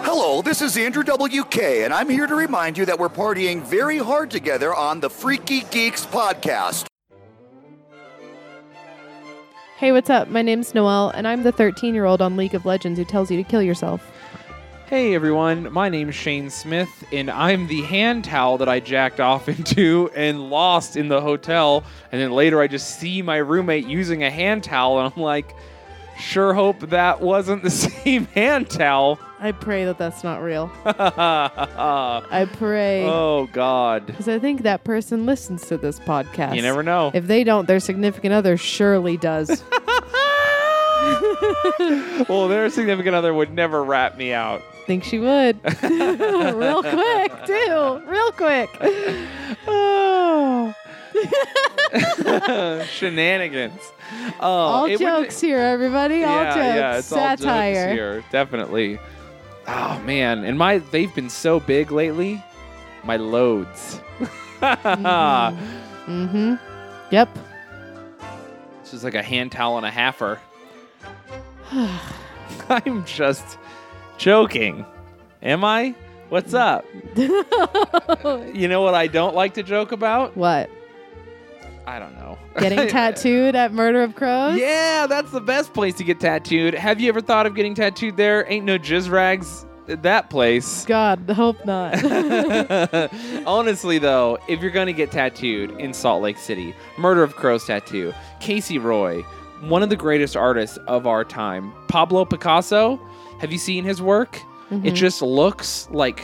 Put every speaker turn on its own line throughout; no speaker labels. Hello, this is Andrew WK, and I'm here to remind you that we're partying very hard together on the Freaky Geeks podcast.
Hey, what's up? My name's Noelle, and I'm the 13 year old on League of Legends who tells you to kill yourself.
Hey everyone, my name's Shane Smith, and I'm the hand towel that I jacked off into and lost in the hotel. And then later I just see my roommate using a hand towel, and I'm like, sure hope that wasn't the same hand towel.
I pray that that's not real.
oh,
I pray.
God.
Because I think that person listens to this podcast.
You never know.
If they don't, their significant other surely does.
well, their significant other would never rat me out.
think she would. Real quick, too. Real quick. Ah.
Oh. Shenanigans. Oh,
all
it would-
jokes here, everybody. All jokes. Satire.
jokes here, definitely. Oh man, and my they've been so big lately. My loads.
Mm-hmm. Yep.
It's just like a hand towel and a halfer. I'm just joking. Am I? What's up? you know what I don't like to joke about?
What?
I don't know.
Getting tattooed at Murder of Crows?
Yeah, that's the best place to get tattooed. Have you ever thought of getting tattooed there? Ain't no jizz rags at that place.
God, hope not.
Honestly, though, if you're going to get tattooed in Salt Lake City, Murder of Crows tattoo, Casey Roy, one of the greatest artists of our time, Pablo Picasso, have you seen his work?
Mm-hmm.
It just looks like.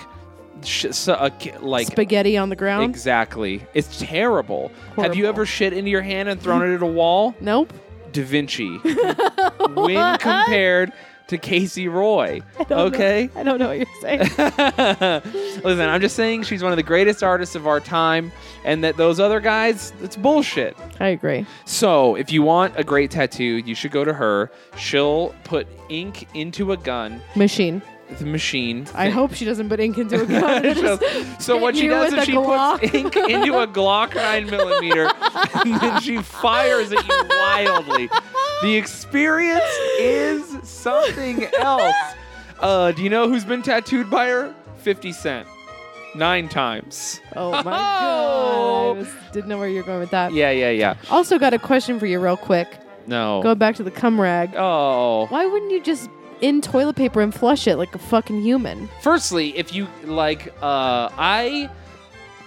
Sh- so- a ki- like
Spaghetti on the ground?
exactly. It's terrible. Have you
Horrible.
ever shit into your hand and thrown it at a wall?
nope.
Da Vinci when compared to Casey Roy. Okay?
I don't know what you're saying.
Listen, I'm just saying she's one of the greatest artists of our time and that those other guys, it's bullshit.
I agree.
So, if you want a great tattoo, you should go to her. She'll put ink into a gun,
Machine.
the machine.
I hope she doesn't put ink into a gun. It's
So,
just
so what
hit
she
you
does
with
is
a
she
Glock.
puts ink into a Glock 9 millimeter, and then she fires at you wildly. The experience is something else. Uh, do you know who's been tattooed by her? 50 Cent. Nine times.
oh my
Oh.
god! I was, didn't know where you were going with that.
Yeah, yeah, yeah.
Also, got a question for you, real quick.
No.
Going back to the cum rag.
oh.
Why wouldn't you just in toilet paper and flush it like a fucking human?
Firstly, if you like, uh, I,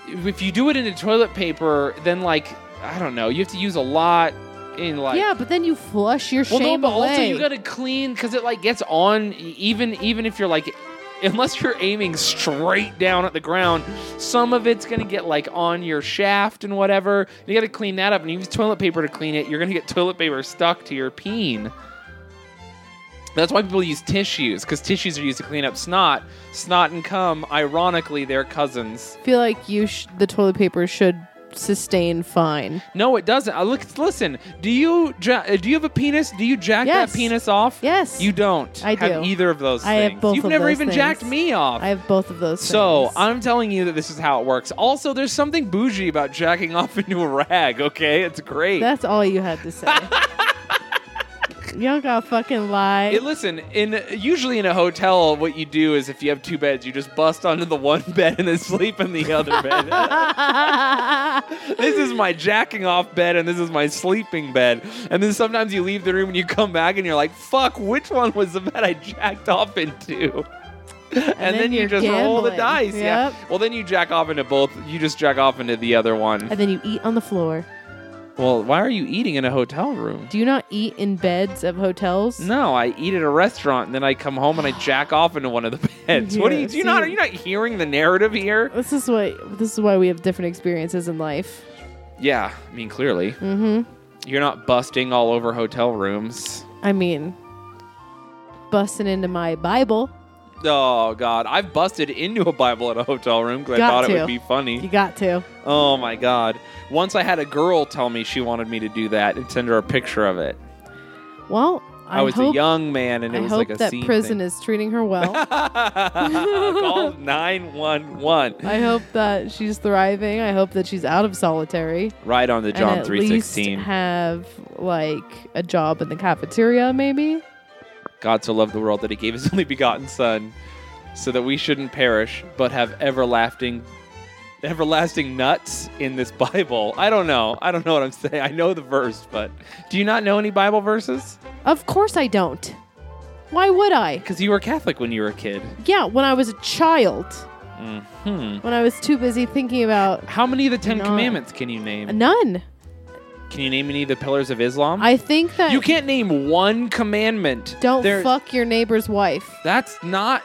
if you do it into toilet paper, then like, I don't know, you have to use a lot in like.
yeah, but then you flush your
Well, no,
shame
but
away.
also you gotta clean because it like gets on e- even even if you're like unless you're aiming straight down at the ground, some of it's gonna get like on your shaft and whatever. You gotta clean that up and you use toilet paper to clean it. You're gonna get toilet paper stuck to your peen. That's why people use tissues because tissues are used to clean up snot. Snot and cum, ironically, they're cousins.
feel like you sh- the toilet paper should sustain fine.
No, it doesn't. Uh, Look, listen. Do you ja- uh, do you have a penis? Do you jack
Yes.
that penis off?
Yes.
You don't.
I
have
do.
either of those.
I have
things.
both
You've
of
never
those
even
things.
jacked me off.
I have both of those.
so
things.
I'm telling you that this is how it works. Also, there's something bougie about jacking off into a rag. Okay, it's great.
That's all you had to say. you don't gotta fucking lie.
Hey, listen, in usually in a hotel, what you do is if you have two beds, you just bust onto the one bed and then sleep in the other bed. this is my jacking off bed and this is my sleeping bed. And then sometimes you leave the room and you come back and you're like, fuck, which one was the bed I jacked off into? And,
then
then, you
you're
just roll the
gambling.
dice. Yeah.
Yep.
Well, then you jack off into both. You just jack off into the other one.
and then you eat on the floor.
Well, why are you eating in a hotel room?
Do you not eat in beds of hotels?
No, I eat at a restaurant and then I come home and I jack off into one of the beds. What are you?
Yeah,
Do you not?
see.
Are you not hearing the narrative here?
This is what this is why we have different experiences in life.
Yeah, I mean clearly. Mm-hmm. You're not busting all over hotel rooms.
I mean, busting into my Bible,
Oh God, I've busted into a Bible at a hotel room because I
Got
thought it
to.
would be
you
funny.
got to.
Oh my God! Once I had a girl tell me she wanted me to do that and send her a picture of it.
Well,
I,
I,
was
hope,
a young man and it
I
was
hope
like a
that
scene
prison
thing.
is treating her well.
Call nine one one.
I hope that she's thriving. I hope that she's out of solitary
Right on the
and
John
at
three
least
sixteen.
have like a job in the cafeteria, maybe.
God so loved the world that he gave his only begotten son so that we shouldn't perish, but have everlasting everlasting nuts in this Bible. I don't know. I don't know what I'm saying. I know the verse, but do you not know any Bible verses?
Of course I don't. Why would I?
Because you were Catholic when you were a kid.
Yeah, when I was a child,
Hmm.
when I was too busy thinking about
How many of the Ten
None.
Commandments can you name?
none.
Can you name any of the pillars of Islam?
I think that
you can't name one commandment.
don't
There-
fuck your neighbor's wife.
That's not.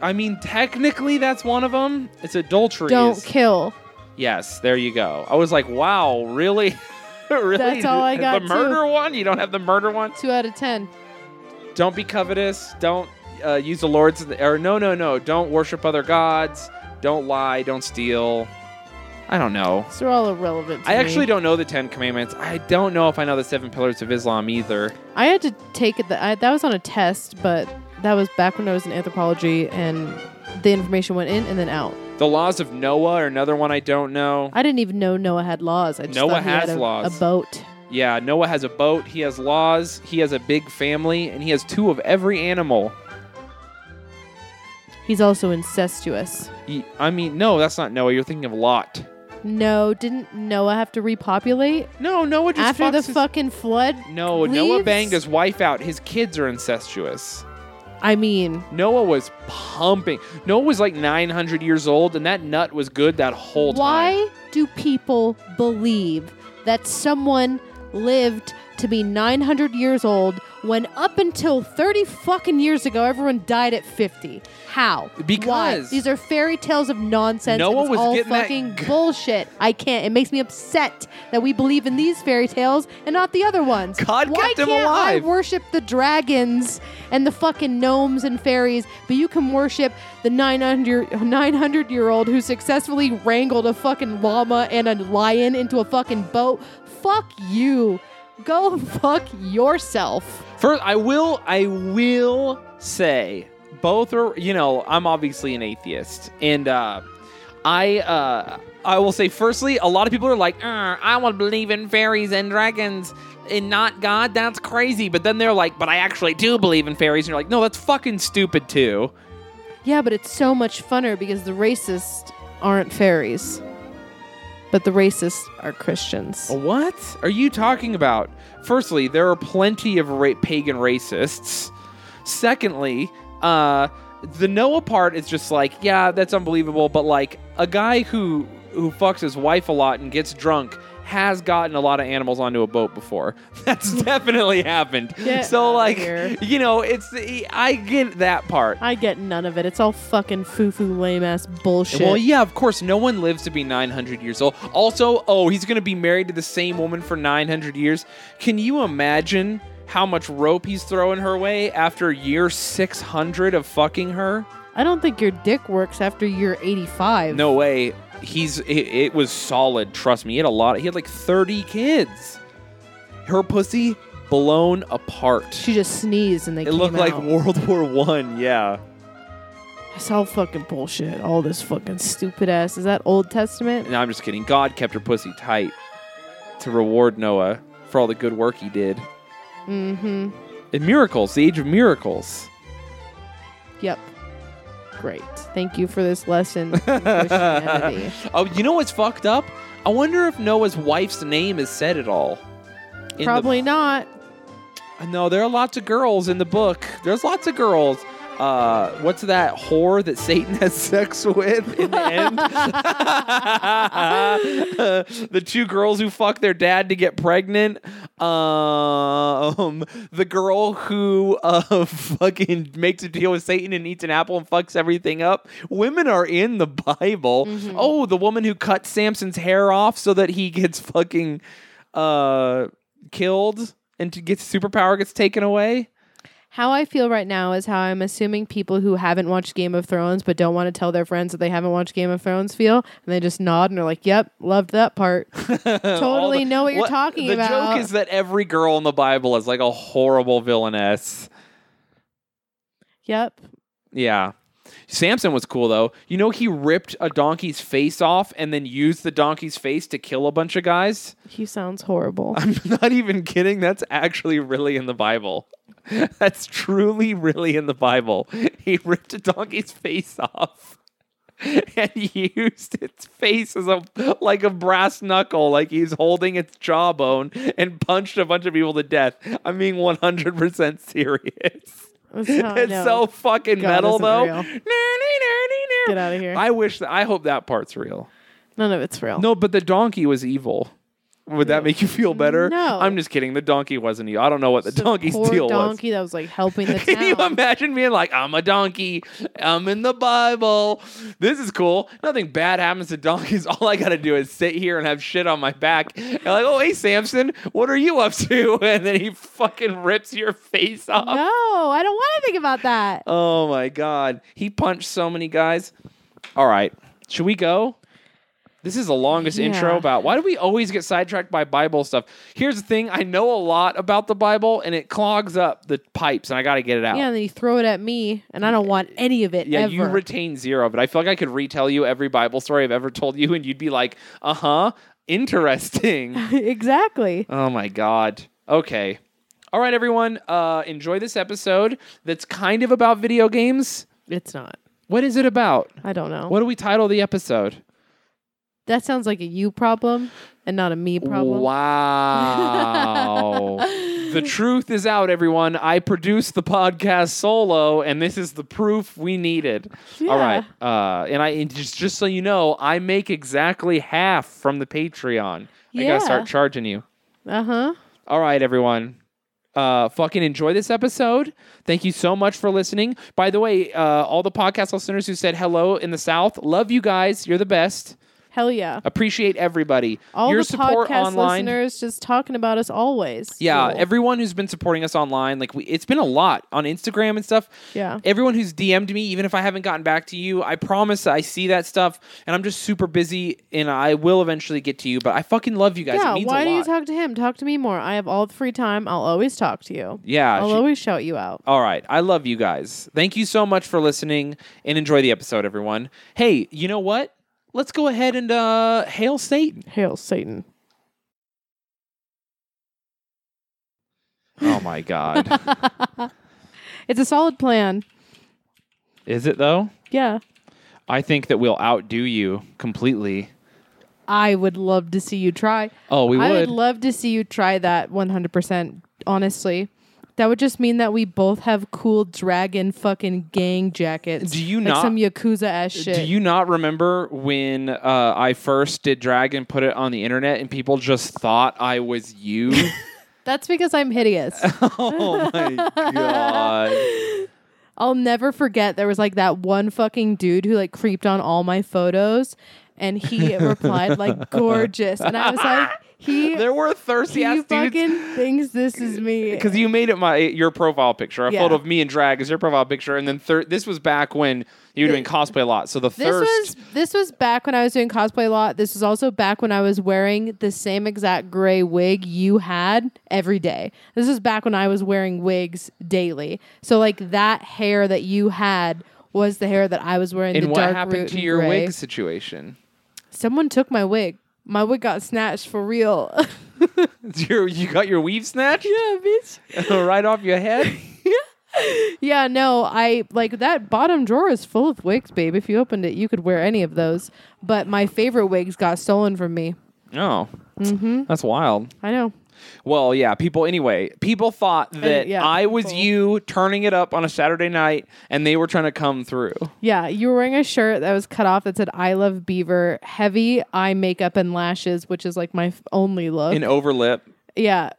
I mean, technically, that's one of them. It's adultery.
Don't kill.
Yes, there you go. I was like, wow, really? really?
That's all I got,
The
too.
murder one? You don't have the murder one?
Two out of ten.
Don't be covetous. Don't uh, use the Lord's. Or no, no, no. Don't worship other gods. Don't lie. Don't steal. I don't know.
These are all irrelevant. To
I
me.
actually don't know the Ten Commandments. I don't know if I know the Seven Pillars of Islam either.
I had to take it. I, that was on a test, but that was back when I was in anthropology, and the information went in and then out.
The Laws of Noah are another one I don't know.
I didn't even know Noah had laws. I just
Noah
thought he
has
had a,
laws.
a boat.
Yeah, Noah has a boat, he has laws, he has a big family, and he has two of every animal.
He's also incestuous.
He, I mean, no, that's not Noah. You're thinking of Lot.
No, didn't Noah have to repopulate
No, Noah just
after
fucks
the
his-
fucking flood?
No, Noah
leaves?
banged his wife out. His kids are incestuous.
I mean,
Noah was pumping. Noah was like 900 years old, and that nut was good that whole time.
why do people believe that someone lived to be 900 years old when up until 30 fucking years ago everyone died at 50? How? Why?
Because-
these are fairy tales of nonsense. and
Noah
it's
was
all
getting that
fucking
g-
bullshit. I can't. It makes me upset that we believe in these fairy tales and not the other ones.
God
Why
kept him
can't
alive.
I worship the dragons and the fucking gnomes and fairies, but you can worship the 900, 900 year old who successfully wrangled a fucking llama and a lion into a fucking boat? Fuck you. Go fuck yourself.
First, I will, I will say, both are. You know, I'm obviously an atheist, and uh, I, uh, I will say, firstly, a lot of people are like, "Uh, I want to believe in fairies and dragons and not God. That's crazy. But then they're like, but I actually do believe in fairies. And you're like, no, that's fucking stupid too.
Yeah, but it's so much funner because the racists aren't fairies, but the racists are Christians.
What are you talking about? Firstly, there are plenty of ra- pagan racists. Secondly, uh, the Noah part is just like, yeah, that's unbelievable. But like, a guy who who fucks his wife a lot and gets drunk has gotten a lot of animals onto a boat before. That's definitely happened.
Get
so
outta
like,
here.
you know, it's I get that part.
I get none of it. It's all fucking foo foo lame ass bullshit.
Well, yeah, of course. No one lives to be 900 years old. Also, oh, he's going to be married to the same woman for 900 years. Can you imagine how much rope he's throwing her way after year 600 of fucking her?
I don't think your dick works after you're 85.
No way. He's it, it was solid. Trust me. He had a lot. He had like 30 kids. Her pussy blown apart.
She just sneezed and they
it
came
looked like
out.
World War One. Yeah.
It's all fucking bullshit. All this fucking stupid ass. Is that Old Testament?
No, I'm just kidding. God kept her pussy tight to reward Noah for all the good work he did.
Mm-hmm.
And miracles, the age of miracles.
Yep. Great. Thank you for this lesson in Christianity.
Oh, you know what's fucked up? I wonder if Noah's wife's name is said at all. In the-
Probably not.
no, there are lots of girls in the book. There's lots of girls. Uh, what's that whore that Satan has sex with in the end? the two girls who fuck their dad to get pregnant. Um, the girl who uh, fucking makes a deal with Satan and eats an apple and fucks everything up. Women are in the Bible.
Mm-hmm.
Oh, the woman who cut Samson's hair off so that he gets fucking uh killed and to gets superpower gets taken away.
How I feel right now is how I'm assuming people who haven't watched Game of Thrones but don't want to tell their friends that they haven't watched Game of Thrones feel, and they just nod and are like, "Yep, loved that part."
All
totally
the-
know what you're
what-
talking
the
about.
joke is that every girl in the Bible is like a horrible villainess.
yep.
Yeah. Samson was cool though. You know, he ripped a donkey's face off and then used the donkey's face to kill a bunch of guys.
He sounds horrible.
I'm not even kidding. That's actually really in the Bible. That's truly, really in the Bible. He ripped a donkey's face off and used its face as a like a brass knuckle, like he's holding its jawbone, and punched a bunch of people to death. I'm being 100 percent serious.
That's how I
It's
know.
so fucking
God,
metal,
isn't
though.
real.
Nah, nah, nah, nah, nah.
Get outta here.
I wish. That, I hope that part's real.
None of it's real.
No, but the donkey was evil. Would that make you feel better?
No.
I'm just kidding. The donkey wasn't evil. I don't know what the
It's a
donkey's
poor
deal
donkey that was like helping the
was. Can you
town.
imagine being like, I'm a donkey. I'm in the Bible. This is cool. Nothing bad happens to donkeys. All I got to do is sit here and have shit on my back. And like, oh, hey, Samson, what are you up to? And then he fucking rips your face off.
No, I don't want to think about that.
Oh, my God. He punched so many guys. All right. Should we go? This is the longest intro
Yeah.
about why do we always get sidetracked by Bible stuff? Here's the thing I know a lot about the Bible and it clogs up the pipes and I got to get it out.
Yeah, and then you throw it at me, and I don't want any of it
Yeah,
ever.
you retain zero, but I feel like I could retell you every Bible story I've ever told you and you'd be like, uh huh, interesting.
exactly.
Oh my god. Okay. All right, everyone. Uh, enjoy this episode that's kind of about video games.
It's not.
What is it about?
I don't know.
What do we title the episode?
That sounds like a you problem and not a me problem.
Wow. the truth is out, everyone. I produced the podcast solo, and this is the proof we needed. All right.
Yeah.
Uh, and I and just, just so you know, I make exactly half from the Patreon. I
Yeah.
gotta start charging you.
Uh huh.
All right, everyone. Uh, fucking enjoy this episode. Thank you so much for listening. By the way, uh, all the podcast listeners who said hello in the South, love you guys. You're the best.
Hell yeah.
Appreciate everybody.
All
Uh, Your
the
support
podcast
online.
listeners just talking about us always.
Yeah,
Cool.
everyone who's been supporting us online, like we, it's been a lot on Instagram and stuff.
Yeah.
everyone who's DM'd me, even if I haven't gotten back to you, I promise I see that stuff, and I'm just super busy, and I will eventually get to you. But I fucking love you guys.
yeah.
it means
Why
a
do
lot.
you talk to him? Talk to me more. I have all the free time. I'll always talk to you.
yeah.
I'll
she-
always shout you out.
all right. I love you guys. Thank you so much for listening and enjoy the episode, everyone. Hey, you know what? Let's go ahead and uh, hail Satan.
Hail Satan.
Oh my God.
It's a solid plan.
Is it though?
Yeah.
I think that we'll outdo you completely.
I would love to see you try.
Oh, we
I
would.
would love to see you try that 100%, honestly. That would just mean that we both have cool dragon fucking gang jackets.
Do you
like
not-
some yakuza ass shit?
Do you not remember when uh, I first did drag and put it on the internet and people just thought I was you?
That's because I'm hideous.
oh my god.
I'll never forget there was like that one fucking dude who like creeped on all my photos and he replied like gorgeous and I was like he
There were thirsty
he
ass dudes.
fucking thinks this is me.
Because you made it my your profile picture, a
Yeah.
photo of me in drag is your profile picture, and then thir- this was back when you were doing cosplay a lot. So the
This was
thirst,
this was back when I was doing cosplay a lot. This was also back when I was wearing the same exact gray wig you had every day. This was back when I was wearing wigs daily. So like that hair that you had was the hair that I was wearing.
and
the
what
dark
happened
root
to
and
your
gray.
wig situation?
Someone took my wig. My wig got snatched for real.
Your, you got your weave snatched
yeah, bitch.
right off your head.
Yeah, no, I like that bottom drawer is full of wigs, babe. If you opened it, you could wear any of those. But my favorite wigs got stolen from me.
Oh, mm-hmm. that's wild.
I know.
Well, yeah, people anyway, people thought that
yeah,
I was
people.
you turning it up on a Saturday night and they were trying to come through.
Yeah, you were wearing a shirt that was cut off that said "I love Beaver," heavy eye makeup and lashes, which is like my f- only look.
An overlip.
yeah,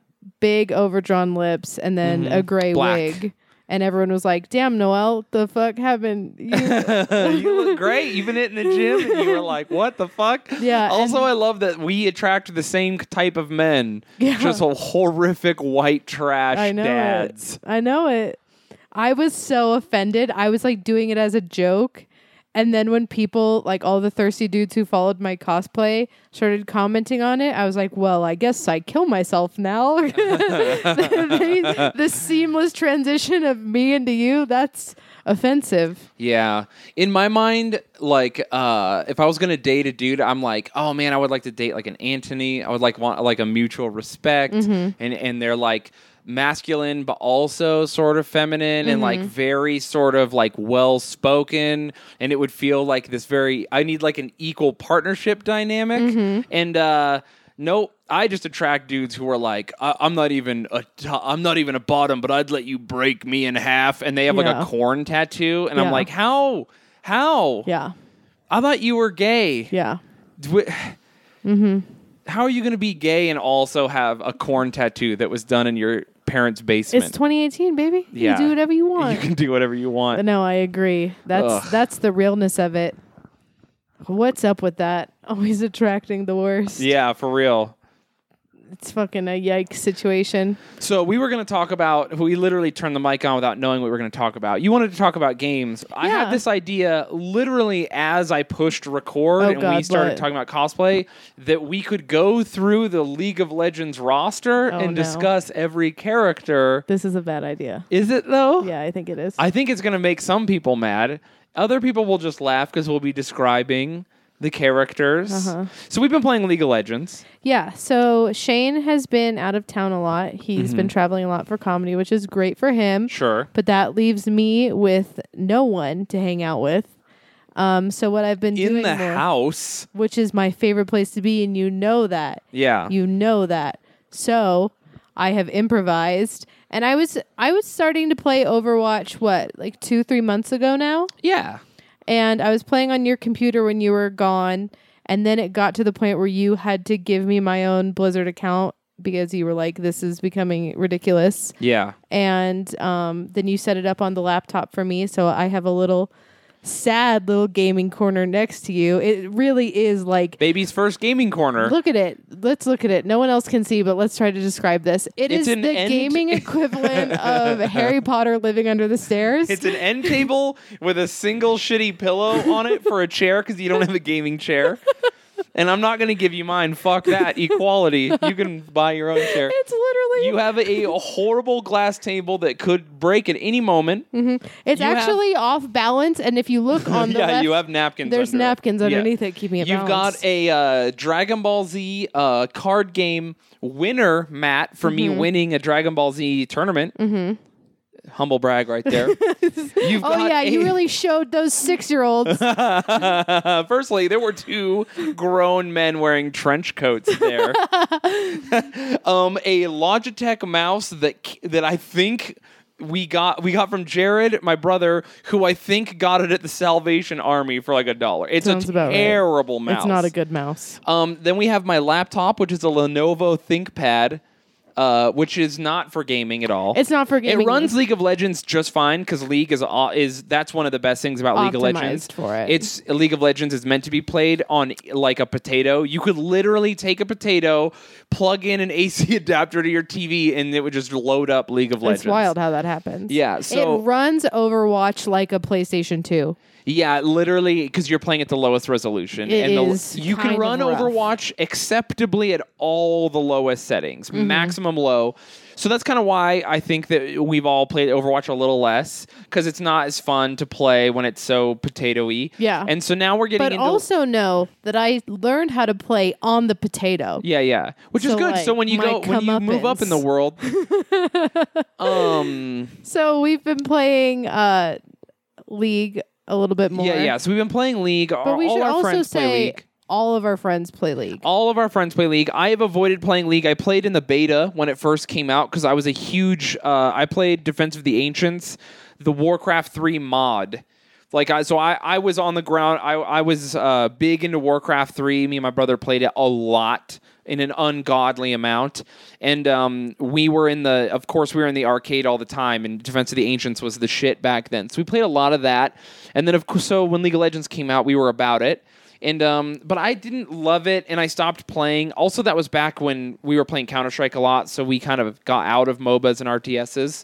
big overdrawn lips, and then a gray
Black.
wig. And everyone was like, "Damn, Noelle, the fuck happened?" You-
you look great. You've been hitting the gym and you were like, what the fuck?
Yeah,
Also,
and-
I love that we attract the same type of men.
Yeah.
Just a horrific white trash
I know
dads.
it. I know it. I was so offended. I was like doing it as a joke. And then when people, like all the thirsty dudes who followed my cosplay, started commenting on it, I was like, well, I guess I kill myself now. the, the seamless transition of me into you, that's. offensive.
Yeah. In my mind, like uh if I was gonna date a dude, I'm like, oh man, I would like to date like an Anthony. I would like want like a mutual respect and and they're like masculine but also sort of feminine and like very sort of like well spoken and it would feel like this very I need like an equal partnership dynamic and uh Nope, I just attract dudes who are like, I- I'm not even a, t- I'm not even a bottom, but I'd let you break me in half, and they have like
Yeah.
a corn tattoo, and
Yeah.
I'm like, how, how?
Yeah.
I thought you were gay.
Yeah.
Mm-hmm. How are you going to be gay and also have a corn tattoo that was done in your parents' basement?
It's 2018, baby.
Yeah.
You do whatever you want.
you can do whatever you want.
No, I agree. That's
Ugh.
that's the realness of it. What's up with that? Always attracting the worst.
Yeah, for real.
It's fucking a yikes situation.
So we were going to talk about. We literally turned the mic on without knowing what we were going to talk about. You wanted to talk about games. I
Yeah.
had this idea literally as I pushed record
Oh,
and we
God,
started
what?
talking about cosplay that we could go through the League of Legends roster
Oh,
and
no.
discuss every character.
This is a bad idea.
Is it though?
Yeah, I think it is.
I think it's going to make some people mad. Other people will just laugh because we'll be describing the characters.
Uh-huh.
So we've been playing League of Legends.
yeah, so Shane has been out of town a lot. He's been traveling a lot for comedy, which is great for him.
Mm-hmm. Sure.
But that leaves me with no one to hang out with. Um, so what I've been
In
doing
the
more-
house.
which is my favorite place to be, and you know that.
Yeah.
You know that. So I have improvised and I was I was starting to play Overwatch what, like two, three months ago now?
yeah.
And I was playing on your computer when you were gone, and then it got to the point where you had to give me my own Blizzard account because you were like, This is becoming ridiculous.
Yeah.
And um, then you set it up on the laptop for me, so I have a little sad little gaming corner next to you. It really is like
Baby's first gaming corner.
Look at it. Let's look at it. No one else can see, but let's try to describe this. it's
It's an
the
end-
gaming equivalent of Harry Potter living under the stairs.
It's an end table with a single shitty pillow on it for a chair because you don't have a gaming chair. And I'm not going to give you mine. Fuck that. Equality. You can buy your own chair.
It's literally.
You have a horrible glass table that could break at any moment.
it's
you have-
actually off balance, and if you look on Mm-hmm. the
yeah,
left,
you have napkins.
there's
under it.
napkins
Yeah.
underneath it keeping it.
You've got
balanced.
a uh, Dragon Ball Z uh, card game winner, Matt, for
Mm-hmm.
me winning a Dragon Ball Z tournament. Mm-hmm. Humble brag, right there. You've
Oh
got
yeah,
a-
you really showed those six-year-olds.
Firstly, there were two grown men wearing trench coats there. um, a Logitech mouse that c- that I think we got we got from Jared, my brother, who I think got it at the Salvation Army for like a dollar. It's
Sounds
a
about right.
terrible mouse.
it's not a good mouse.
Um, then we have my laptop, which is a Lenovo ThinkPad, uh, which is not for gaming at all.
It's not for gaming.
It runs League of Legends just fine because League is au- is that's one of the best things about League of
Optimized
Legends.
for it.
It's League of Legends is meant to be played on like a potato. You could literally take a potato, plug in an AC adapter to your TV, and it would just load up League of Legends.
It's wild how that happens.
Yeah, so-
it runs Overwatch like a PlayStation Two.
Yeah, literally, because you're playing at the lowest resolution,
It
and the,
is
you
kind
can
of
run
rough.
Overwatch acceptably at all the lowest settings,
Mm-hmm.
maximum low. So that's kind of why I think that we've all played Overwatch a little less because it's not as fun to play when it's so potatoy.
Yeah.
and so now we're getting
But
into
also know that I learned how to play on the potato.
yeah, yeah, which is
So,
good.
like,
so when you
my
go when you move up in the
comeuppance.
world, um,
So we've been playing uh League a little bit more.
yeah, yeah. So we've been playing League.
But we
all
should
our
also
friends play
say
League.
all of our friends play League.
all of our friends play League. I have avoided playing League. I played in the beta when it first came out because I was a huge. Uh, I played Defense of the Ancients, the Warcraft three mod. Like I, so I, I was on the ground. I, I was uh, big into Warcraft three. Me and my brother played it a lot in an ungodly amount, and um, we were in the. Of course, we were in the arcade all the time, and Defense of the Ancients was the shit back then. So we played a lot of that, and then of course, so when League of Legends came out, we were about it and um, but I didn't love it, and I stopped playing. Also, that was back when we were playing Counter Strike a lot, so we kind of got out of MOBAs and RTSs.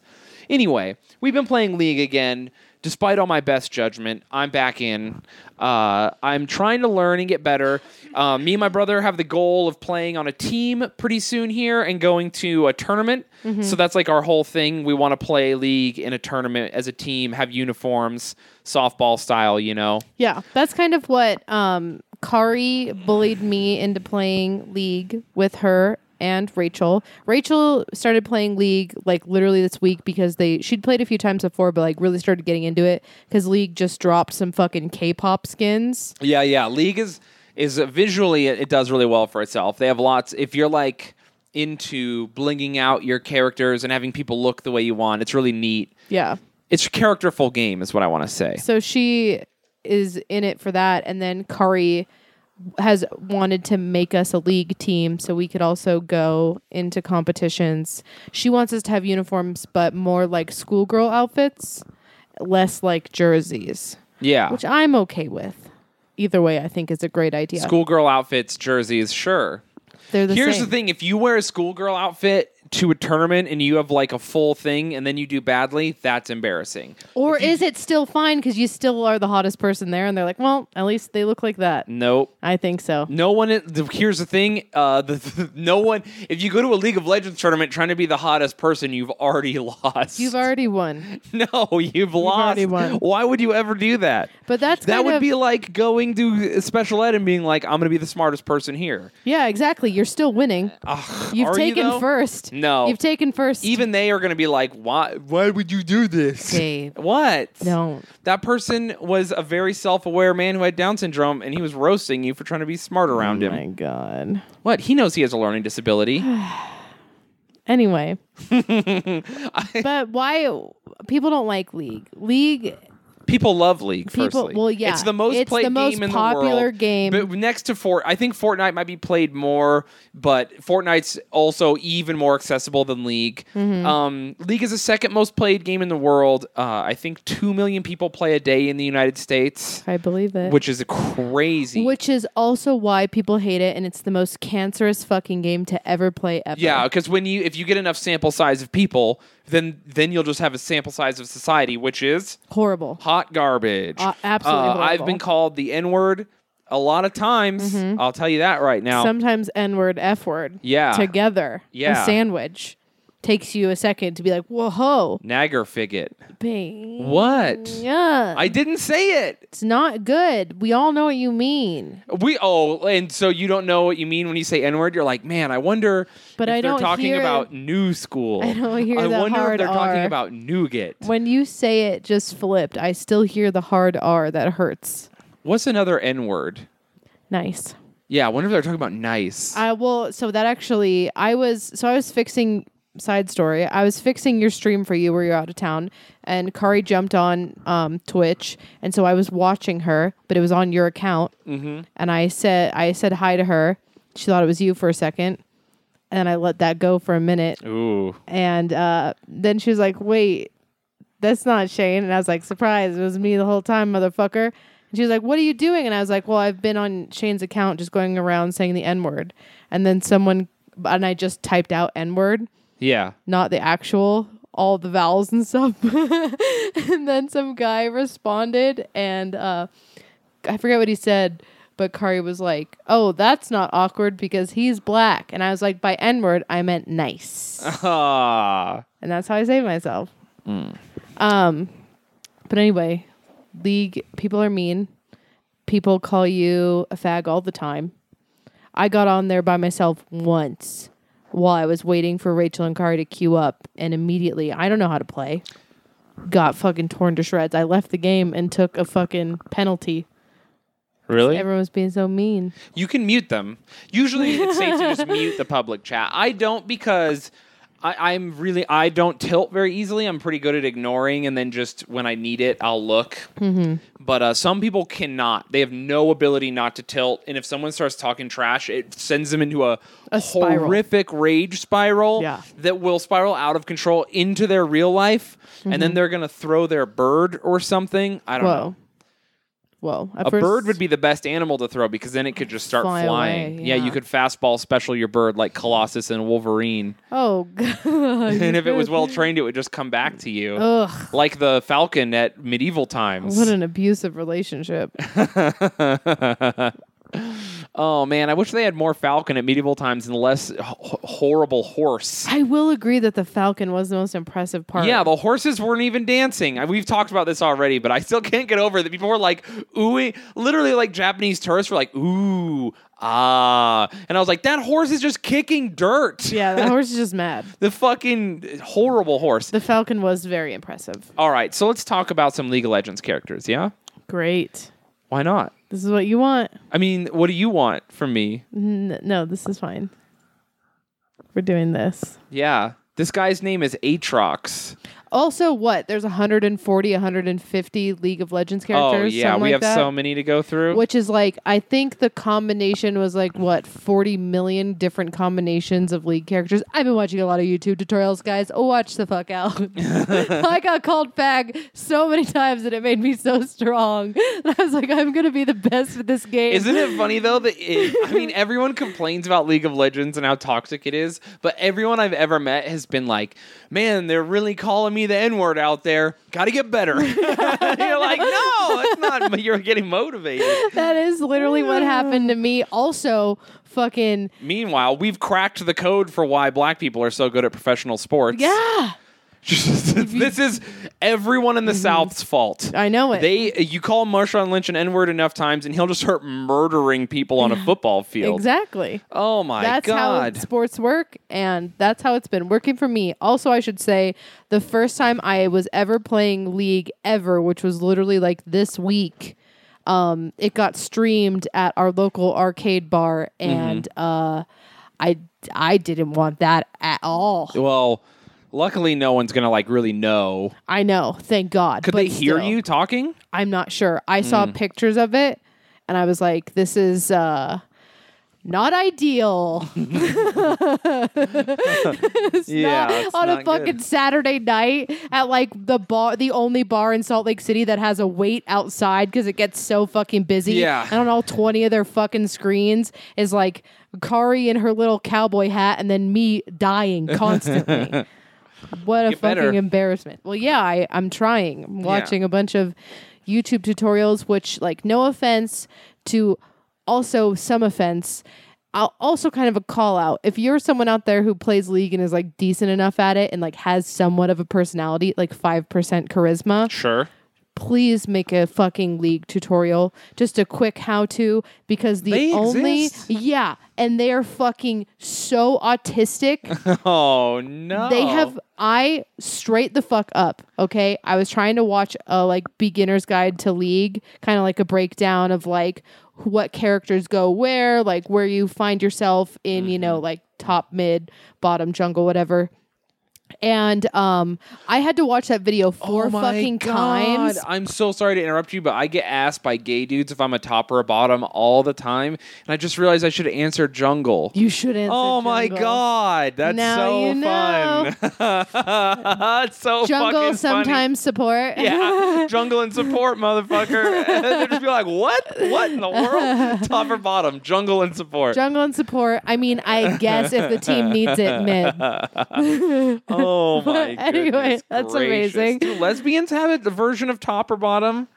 Anyway, we've been playing League again. despite all my best judgment, I'm back in. Uh, I'm trying to learn and get better. Uh, me and my brother have the goal of playing on a team pretty soon here and going to a tournament. So that's like our whole thing. We want to play league in a tournament as a team, have uniforms, softball style, you know.
Yeah, that's kind of what um, Kari bullied me into playing League with her and Rachel. Rachel started playing League like literally this week because they she'd played a few times before, but like really started getting into it because League just dropped some fucking K-pop skins.
Yeah, yeah. League is is uh, visually it, it does really well for itself. They have lots. If you're like into blinging out your characters and having people look the way you want, it's really neat.
Yeah,
It's a characterful game, is what I want to say.
so she is in it for that, and then Kari has wanted to make us a league team so we could also go into competitions. She wants us to have uniforms, but more like schoolgirl outfits, less like jerseys,
Yeah,
which I'm okay with. Either way, I think is a great idea.
schoolgirl outfits, jerseys, sure.
They're the
Here's
same.
the thing: if you wear a schoolgirl outfit to a tournament and you have like a full thing, and then you do badly, that's embarrassing.
Or is it still fine because you still are the hottest person there, and they're like, well, at least they look like that.
Nope.
I think so.
No one. the- Here's the thing. Uh, the, no one. If you go to a League of Legends tournament trying to be the hottest person, you've already lost.
You've already won,
No, you've lost.
already won.
Why would you ever do that?
but that's
that
kind
would
of-
be like going to special ed and being like, "I'm going to be the smartest person here."
Yeah, exactly. You're still winning. You've
are you,
taken
though?
first.
No.
You've taken first.
Even they are going to be like, "Why? Why would you do this?"
Dave.
What?
Don't.
That person was a very self-aware man who had Down syndrome, and he was roasting you for trying to be smart around
Oh
him.
God.
What? He knows he has a learning disability.
Anyway. but why people don't like League. League
People love League.
People-
firstly,
well, yeah.
it's the most
It's
played
the most
game in the
popular
world.
game.
But next to Fort, I think Fortnite might be played more, but Fortnite's also even more accessible than League.
Mm-hmm.
Um, League is the second most played game in the world. Uh, I think two million people play a day in the United States,
I believe it.
which is crazy.
Which is also why people hate it and it's the most cancerous fucking game to ever play ever.
Yeah, because when you if you get enough sample size of people, then then you'll just have a sample size of society, which is
Horrible.
hot garbage.
Uh, absolutely
I've
horrible. Mm-hmm.
been called the N word a lot of times. I'll tell you that right now.
Sometimes N word, F word.
Yeah.
Together.
Yeah.
A sandwich. Takes you a second to be like, whoa,
Nagger figget.
babe.
What?
Yeah.
I didn't say it.
it's not good. We all know what you mean.
We oh, and so you don't know what you mean when you say N word. You're like, man, I wonder.
But
if
I
they're
don't
talking
hear-
about new school.
I don't hear
I
the
wonder if
hard
they're talking
R.
about nougat.
When you say it just flipped, I still hear the hard R that hurts.
What's another N word?
Nice.
Yeah, I wonder if they're talking about nice.
I will. So that actually, I was. So I was fixing. Side story. I was fixing your stream for you where you're out of town, and Kari jumped on um, Twitch, and so I was watching her, but it was on your account, mm-hmm. and I said I said hi to her. She thought it was you for a second, and I let that go for a minute,
Ooh.
And uh, then she was like, wait, that's not Shane. And I was like, surprise, it was me the whole time, motherfucker. And she was like, what are you doing? And I was like, well, I've been on Shane's account just going around saying the N word. And then someone, and I just typed out N word,
Yeah.
not the actual, all the vowels and stuff. and then some guy responded, and uh, I forget what he said. But Kari was like, "Oh, that's not awkward because he's black," and I was like, "By N word, I meant nice."
Ah.
and that's how I save myself.
Mm.
Um, but anyway, league people are mean. People call you a fag all the time. I got on there by myself once while I was waiting for Rachel and Kari to queue up, and immediately I don't know how to play. Got fucking torn to shreds. I left the game and took a fucking penalty.
Really?
Everyone was being so mean.
You can mute them. Usually it's safe to just mute the public chat. I don't because I, I'm really I don't tilt very easily. I'm pretty good at ignoring and then just when I need it, I'll look.
Mm-hmm.
But uh, some people cannot. They have no ability not to tilt. And if someone starts talking trash, it sends them into a,
A spiral.
horrific rage spiral
Yeah.
that will spiral out of control into their
Mm-hmm.
real life. And then they're gonna throw their bird or something. I don't know.
Whoa. Whoa.
A bird would be the best animal to throw because then it could just start
Fly
flying.
away,
yeah.
yeah.
you could fastball special your bird like Colossus and Wolverine.
Oh, God.
and if it was well trained, it would just come back to you.
Ugh.
Like the falcon at medieval times.
What an abusive relationship.
oh man, I wish they had more falcon at medieval times and less h- horrible horse.
I will agree that the falcon was the most impressive part.
Yeah, the horses weren't even dancing. I- We've talked about this already, but I still can't get over that people were like oohing, literally like Japanese tourists were like ooh ah, and I was like that horse is just kicking dirt.
yeah, the horse is just mad.
the fucking horrible horse.
The falcon was very impressive.
All right, so let's talk about some League of Legends characters. Yeah,
Great.
why not?
This is what you want.
I mean, what do you want from me?
N- no, this is fine. We're doing this.
Yeah. This guy's name is Atrox.
Also, what? There's 140, 150 League of Legends
Oh
characters.
yeah,
something
we
like
have
that,
so many to go through.
Which is like, I think the combination was like, what, 40 million different combinations of League characters? I've been watching a lot of YouTube tutorials, guys. Watch the fuck out. I got called fag so many times and it made me so strong. And I was like, I'm going to be the best at this game.
Isn't it funny though that it, I mean everyone complains about League of Legends and how toxic it is, but everyone I've ever met has been like, "Man, they're really calling me the N word out there. Got to get better." you're like, "No, it's not. You're getting motivated."
That is literally what happened to me. Also, fucking
Meanwhile, we've cracked the code for why black people are so good at professional sports.
yeah,
this is everyone in the South's fault.
Mm-hmm. I know it.
They you call Marshawn Lynch an N-word enough times and he'll just start murdering people on a football field.
exactly.
Oh my
That's
god.
how sports work, and that's how it's been working for me. Also, I should say the first time I was ever playing League ever, which was literally like this week, um, it got streamed at our local arcade bar,
Mm-hmm.
and uh, I I didn't want that at all.
well, luckily no one's going to like really know.
I know, thank God.
Could
but
they hear
still.
you Mm. talking?
I'm not sure. I saw pictures of it and I was like, this is uh not ideal. It's
Yeah,
not
it's
on a
not
fucking
good.
Saturday night at like the bar, the only bar in Salt Lake City that has a wait outside because it gets so fucking busy.
Yeah.
and on all twenty of their fucking screens is like Kari in her little cowboy hat, and then me dying constantly. What a
Get
fucking
better.
embarrassment. Well, yeah, I, I'm trying. I'm watching a bunch of YouTube tutorials, which, like, no offense to also some offense. I'll also kind of a call out. If you're someone out there who plays League and is like decent enough at it and like has somewhat of a personality, like 5% charisma,
Sure.
please make a fucking league tutorial, just a quick how to, because the
They
only
exist.
yeah, and they are fucking so autistic.
Oh no.
They have I straight the fuck up. Okay, I was trying to watch a like beginner's guide to league, kind of like a breakdown of like wh- what characters go where, like where you find yourself in, you
Mm-hmm.
know, like top, mid, bottom, jungle, whatever. And um, I had to watch that video four
Oh my
fucking
God.
times.
I'm so sorry to interrupt you, but I get asked by gay dudes if I'm a top or a bottom all the time, and I just realized I should answer jungle.
You should answer.
Oh my
jungle.
god, that's
Now
so
you know.
fun. it's so
Jungle
fucking funny.
sometimes support.
Yeah, jungle and support, motherfucker. they just be like, "What? What in the world? Top or bottom? Jungle and support."
jungle and support. I mean, I guess if the team needs it, mid.
oh my
But anyway,
goodness
that's
gracious.
amazing.
Do lesbians have it? The version of top or bottom?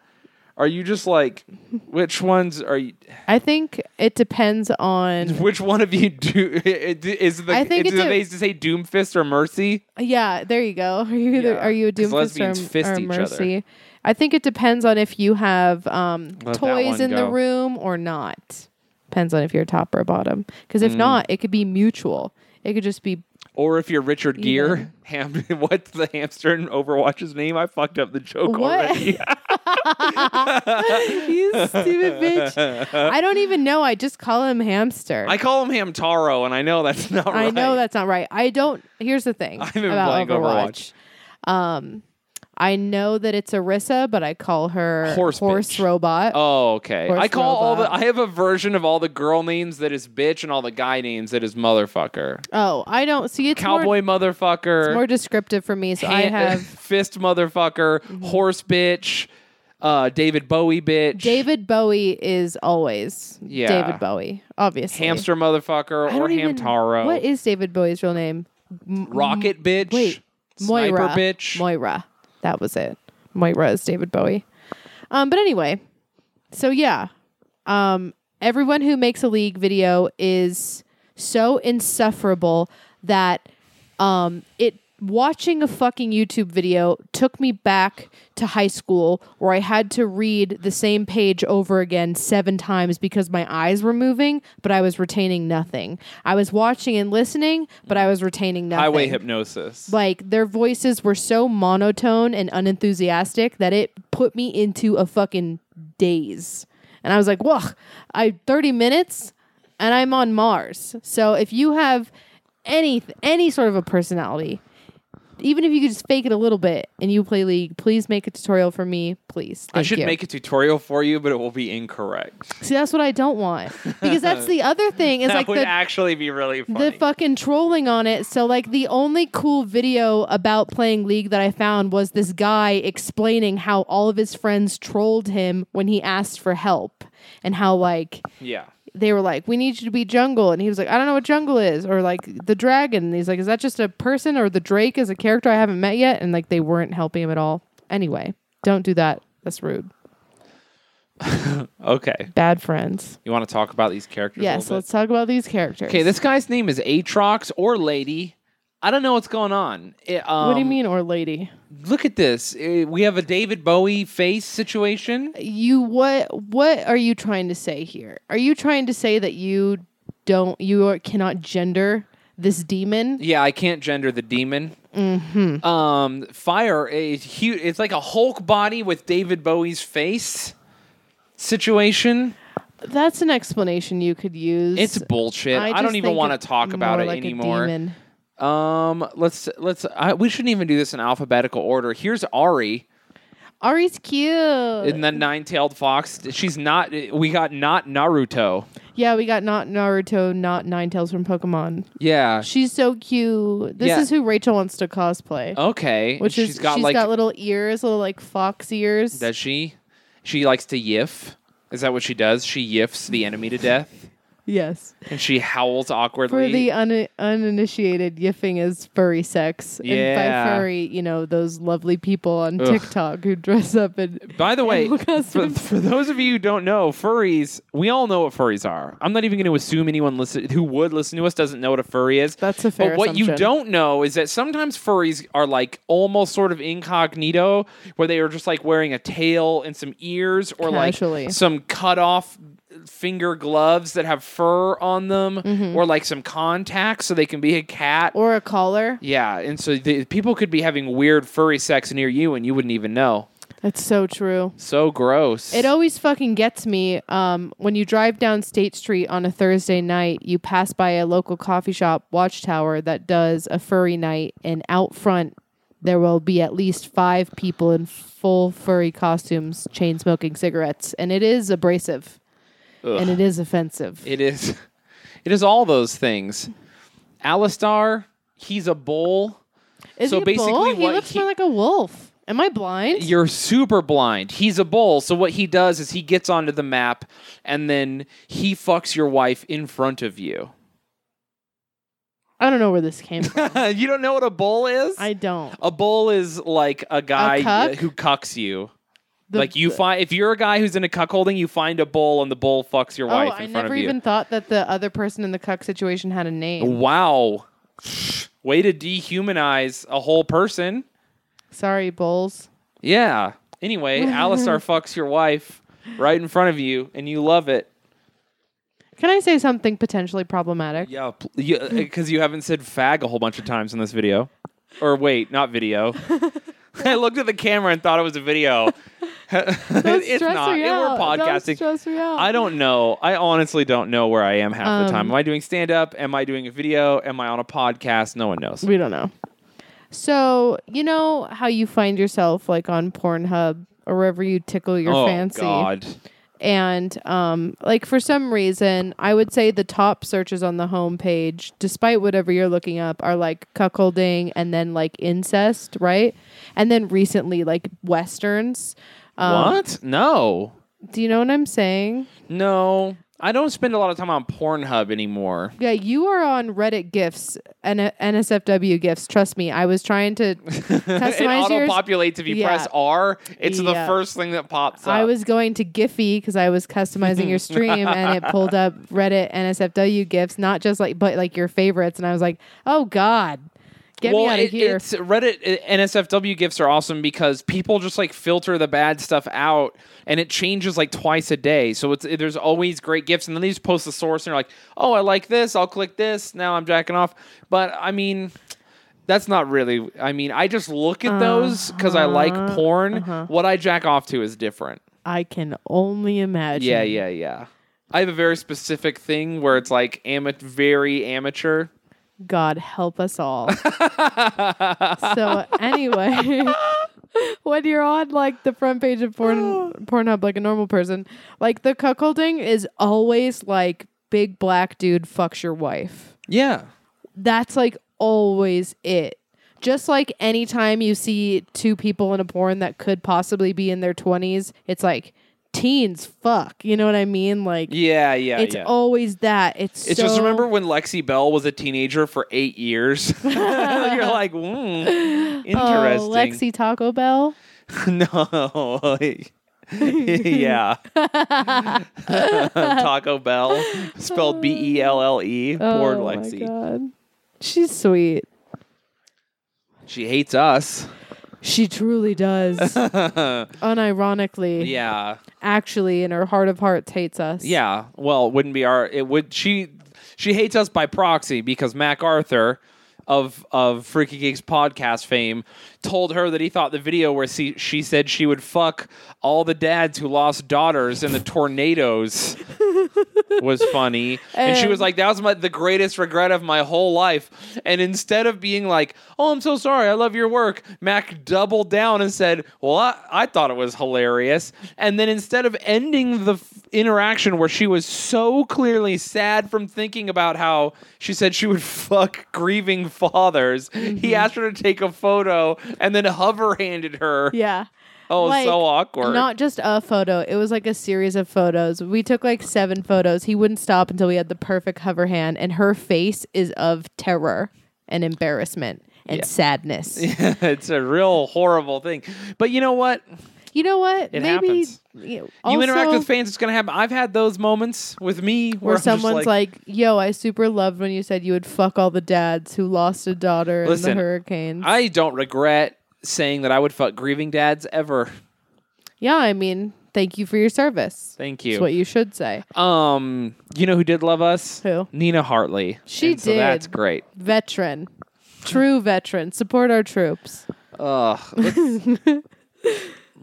Are you just like, which ones are you?
I think it depends on.
Which one of you do is the?
I think
do
it's a-
they say Doomfist or Mercy?
Yeah, there you go. Are you either,
Yeah,
are you a
'cause
doomfist
lesbians
or,
fist
or
each other.
mercy? I think it depends on if you have um,
Let that
toys
one
in the
go.
room or not. Depends on if you're top or bottom. Because
Mm.
if not, it could be mutual. It could just be
Or if you're Richard Gere, ham, what's the hamster in Overwatch's name? I fucked up the joke
What?
already.
you stupid bitch. I don't even know. I just call him hamster.
I call him Hamtaro, and I know that's not right.
I know that's not right. I don't. Here's the thing
I've been
about
playing
Overwatch.
Overwatch.
Um, I know that it's Arissa, but I call her
Horse bitch.
robot.
Oh, okay.
Horse
I call all the.
robot.
I have a version of all the girl names that is bitch, and all the guy names that is motherfucker,
Oh, I don't see. It's more,
cowboy motherfucker,
more descriptive for me. So I Mm-hmm.
hand-
have
fist motherfucker, horse bitch. uh, David Bowie bitch,
David Bowie is always
Yeah.
David Bowie, obviously.
hamster motherfucker,
I
or
don't even-
Hamtaro,
What is David Bowie's real name? M-
Rocket bitch,
Mm. Wait,
Sniper
Moira.
bitch.
Moira. That was it. Moira is David Bowie. Um, but anyway, so yeah, um, everyone who makes a league video is so insufferable that um, it watching a fucking YouTube video took me back to high school where I had to read the same page over again seven times because my eyes were moving, but I was retaining nothing. I was watching and listening, but I was retaining nothing.
Highway hypnosis.
Like their voices were so monotone and unenthusiastic that it put me into a fucking daze. And I was like, "Whoa, I 30 minutes and I'm on Mars." So if you have any any sort of a personality, even if you could just fake it a little bit and you play League, please make a tutorial for me, please.
I
Thank
should
you.
make a tutorial for you, but it will be incorrect.
See, that's what I don't want. Because that's the other thing is
that
like
would
the
actually be really funny.
the fucking trolling on it. So like the only cool video about playing League that I found was this guy explaining how all of his friends trolled him when he asked for help and how like
yeah.
they were like, "We need you to be jungle," and he was like, "I don't know what jungle is," or like the dragon. And he's like, "Is that just a person or the Drake is a character I haven't met yet?" And like they weren't helping him at all. Anyway, don't do that. That's rude.
Okay.
Bad friends.
You want to talk about these characters? a
Yes,
little bit?
let's talk about these characters.
Okay, this guy's name is Atrox or Lady. I don't know what's going on. It, um,
What do you mean, or lady?
Look at this. Uh, we have a David Bowie face situation.
you what what are you trying to say here are you trying to say that you don't you are, cannot gender this demon
Yeah, I can't gender the demon. Mm-hmm. Um, fire is huge. It's like a Hulk body with David Bowie's face situation.
that's an explanation you could use
It's bullshit. I,
just
don't even
think
want
it's
to talk about
more
it
like a
anymore.
demon.
Um, let's let's. I, we shouldn't even do this in alphabetical order. Here's Ari
ari's cute
in
Uh,
the nine-tailed fox. She's not. We got not Naruto.
yeah we got not naruto not nine tails from pokemon
Yeah.
she's so cute this
Yeah.
is who rachel wants to cosplay
Okay.
which
she's
is
got like
got little ears little like fox ears
does she? She likes to yiff. Is that what she does? She yiffs the enemy to death
yes
and she howls
For
awkwardly.
the un- uninitiated, yiffing is furry sex.
Yeah.
And by furry, you know, those lovely people on TikTok who dress up and.
By the way,
animal
for,
costumes.
for those of you who don't know, furries, we all know what furries are. I'm not even going to assume anyone listen, who would listen to us doesn't know what a furry is.
That's a fair
But what you
assumption.
don't know is that sometimes furries are like almost sort of incognito, where they are just like wearing a tail and some ears or
Casually.
like some cut off finger gloves that have fur on them
Mm-hmm.
or like some contacts so they can be a cat.
Or a collar.
yeah, and so the, people could be having weird furry sex near you and you wouldn't even know.
That's so true.
So gross.
It always fucking gets me um, when you drive down State Street on a Thursday night. You pass by a local coffee shop, Watchtower, that does a furry night, and out front there will be at least five people in full furry costumes, chain smoking cigarettes, and it is abrasive, and it is offensive.
It is. It is all those things. Alistar, he's a bull.
Is
So
he a
basically
bull? he
what
looks
he-
more like a wolf. Am I blind?
You're super blind. He's a bull. So what he does is he gets onto the map and then he fucks your wife in front of you.
I don't know where this came from.
you don't know what a bull is?
I don't.
a bull is like a guy
cuck?
who cucks you.
The-
Oh, like you find if you're a guy who's in a cuckolding, you find a bull and the bull fucks your
Oh,
wife
I
in front
never
of you. Oh.
even thought that the other person in the cuck situation had a name.
Wow. Way to dehumanize a whole person.
Sorry, bulls.
Yeah. Anyway, Alistar fucks your wife right in front of you, and you love it.
Can I say something potentially problematic?
Yeah, because you haven't said fag a whole bunch of times in this video. Or wait, not video. I looked at the camera and thought it was a video.
Don't
it's
stress
not.
me
It-
out.
We're
Don't
podcasting.
stress me out.
I don't know. I honestly don't know where I am half the time.
Um,
Am I doing stand up? Am I doing a video? Am I on a podcast? No one knows.
We don't know. So you know how you find yourself like on Pornhub or wherever you tickle your
oh
fancy.
God.
and um, like for some reason, I would say the top searches on the homepage, despite whatever you're looking up, are like cuckolding and then like incest, right? And then recently, like westerns. Um,
what? No.
Do you know what I'm saying?
No. I don't spend a lot of time on Pornhub anymore.
Yeah, you are on Reddit gifts and NSFW gifts. Trust me, I was trying to
it
customize
auto
yours.
populates if you
Yeah.
press R. It's the
Yeah.
first thing that pops up.
I was going to Giphy because I was customizing your stream and it pulled up Reddit NSFW gifts, not just like but like your favorites, and I was like, oh god, get
well,
me out
it-
of here.
it's Reddit uh, NSFW gifts are awesome because people just like filter the bad stuff out, and it changes like twice a day. So it's there's always great gifts, and then they just post the source, and you're like, oh, I like this, I'll click this. Now I'm jacking off. But I mean, that's not really. I mean, I just look at those because I like
Uh-huh.
porn. What I jack off to is different.
I can only imagine.
Yeah, yeah, yeah. I have a very specific thing where it's like ama- very amateur.
God help us all. so anyway, when you're on like the front page of porn Pornhub like a normal person, like the cuckolding is always like big black dude fucks your wife.
Yeah.
That's like always it. Just like anytime you see two people in a porn that could possibly be in their 20s, it's like teens fuck. You know what I mean? Like
Yeah, yeah,
it's
yeah.
always that. It's
It's
so
just remember when Lexi Bell was a teenager for eight years. You're like, mm, interesting.
Oh, Lexi Taco Bell.
no. yeah. Taco Bell, spelled B E L L E. Poor
Oh my
Lexi.
God. She's sweet.
She hates us.
She truly does. Unironically.
Yeah.
Actually, in her heart of hearts, hates us.
Yeah. Well, it wouldn't be our. It would. She she hates us by proxy because Mac Arthur of of Freaky Geeks podcast fame told her that he thought the video where she, she said she would fuck all the dads who lost daughters in the tornadoes was funny and, she
And-
was like that was my, the greatest regret of my whole life and instead of being like oh i'm so sorry i love your work mac doubled down and said well i, I thought it was hilarious and then instead of ending the f- interaction where she was so clearly sad from thinking about how she said she would fuck grieving fathers
Mm-hmm.
he asked her to take a photo and then hover handed her
Yeah.
oh
Like,
so awkward
Not just a photo. It was like a series of photos. We took like seven photos. He wouldn't stop until we had the perfect hover hand, and her face is of terror and embarrassment and sadness.
it's a real horrible thing but you know what
You know what?
It
Maybe
happens.
you,
you interact
also-
with fans, it's gonna happen. I've had those moments with me where,
where
I'm just
someone's like, "Yo, I super loved when you said you would fuck all the dads who lost a daughter
Listen,
in the hurricanes."
I don't regret saying that I would fuck grieving dads ever.
yeah, I mean, thank you for your service.
Thank
That's
you.
what you should say.
um, you know who did love us?
Who?
Nina Hartley.
She
And So that's
did.
great.
Veteran, true veteran, support our troops.
Ugh. Let's,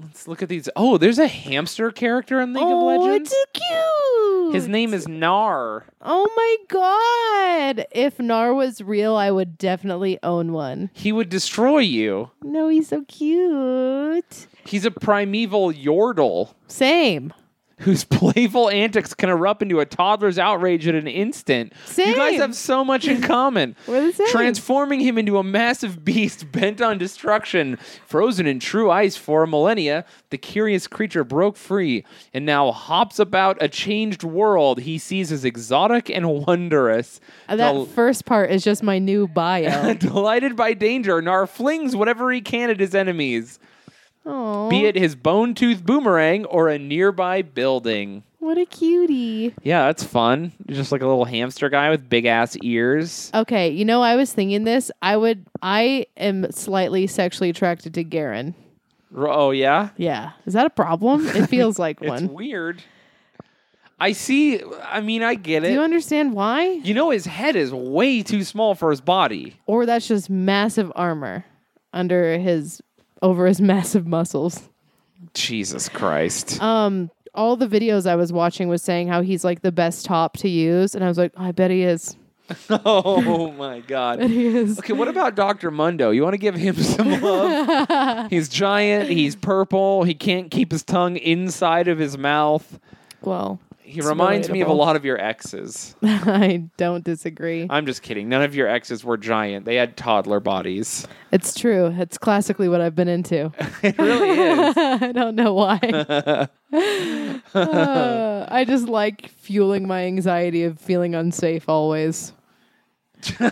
let's look at these. Oh, there's a hamster character in League
Oh,
of Legends.
so cute.
His name is Nar.
Oh my god! If Nar was real, I would definitely own one.
He would destroy you.
No, he's so cute.
He's a primeval yordle.
Same.
whose playful antics can erupt into a toddler's outrage at an instant. You guys
Same.
have so much in common.
We're the same.
Transforming him into a massive beast bent on destruction, frozen in true ice for a millennia, the curious creature broke free and now hops about a changed world he sees as exotic and wondrous.
Uh, That
Del-
first part is just my new bio.
Delighted by danger, Nar flings whatever he can at his enemies,
Oh,
be it his bone tooth boomerang or a nearby building.
what a cutie!
Yeah, that's fun. You're Just like a little hamster guy with big ass ears.
Okay, you know, I was thinking this. I would. I am slightly sexually attracted to Garen.
R- Oh yeah,
Yeah, is that a problem? It feels like
it's
one.
weird. I see. I mean, I get
Do
it.
you understand why?
you know, his head is way too small for his body.
Or that's just massive armor under his over his massive muscles.
Jesus Christ.
Um, all the videos I was watching was saying how he's like the best top to use, and I was like, I bet he is.
oh my God.
He is.
Okay, what about Doctor Mundo? You want to give him some love? he's giant. He's purple. He can't keep his tongue inside of his mouth.
Well,
He reminds me of a
relatable.
lot of your exes.
I don't disagree.
I'm just kidding. None of your exes were giant. They had toddler bodies.
It's true. It's classically what I've been into.
It really is.
I don't know why. Uh, I just like fueling my anxiety of feeling unsafe always. You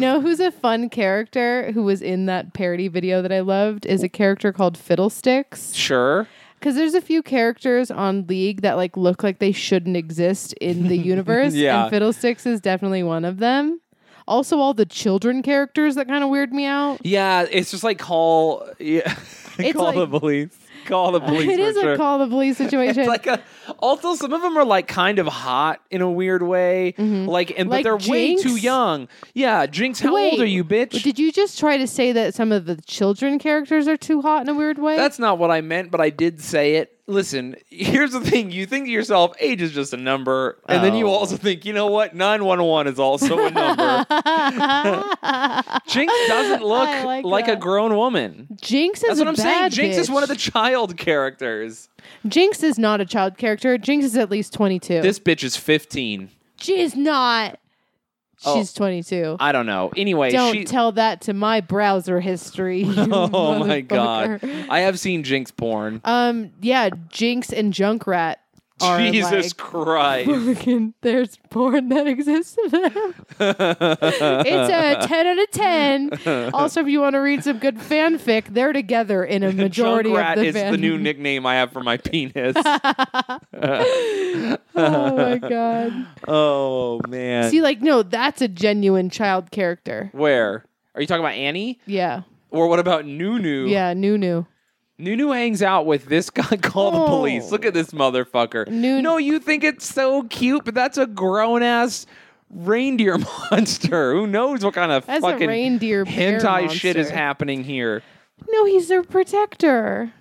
know who's a fun character who was in that parody video that I loved is a character called Fiddlesticks.
Sure.
Because there's a few characters on League that like look like they shouldn't exist in the universe.
Yeah.
And Fiddlesticks is definitely one of them. Also, all the children characters that kind of weird me out.
Yeah, it's just like call yeah,
It's
call the
like-
police. Call the police.
it
for
is
sure.
a call the police situation.
It's like a, also some of them are like kind of hot in a weird way. Like and
Mm-hmm. Like
but they're way
Jinx?
too young. Yeah, Jinx, how
Wait,
old are you, bitch?
Did you just try to say that some of the children characters are too hot in a weird way?
That's not what I meant, but I did say it. Listen, here's the thing. You think to yourself, age is just a number. And then you
Oh.
also think, you know what? 911 is also a number. Jinx doesn't look
I
like,
like
a
that.
grown woman.
Jinx is
That's what
a
I'm saying.
bad
Jinx is
bitch.
one of the child characters.
Jinx is not a child character. Jinx is at least 22.
This bitch is 15.
she is not.
Oh.
She's 22.
I don't know. Anyway,
Don't
she.
tell that to my browser history. you
oh my god.
motherfucker.
I have seen Jinx porn.
Um. Yeah. Jinx and Junkrat. Are
Jesus
like,
Christ.
fucking- there's porn that exists in them. it's a 10 out of 10. Also, if you want to read some good fanfic, they're together in a majority
Junkrat
of the
is
fan-
the new nickname I have for my penis.
Oh my god.
oh man.
See like no, that's a genuine child character.
Where? Are you talking about Annie?
Yeah.
Or what about Nunu?
Yeah, Nunu.
Nunu hangs out with this guy. Call the
Oh.
police. Look at this motherfucker.
Nunu-
No, you think it's so cute, but that's a grown ass reindeer monster. Who knows what kind of
That's
fucking
a reindeer bear
hentai shit is
monster.
happening here?
No, he's their protector.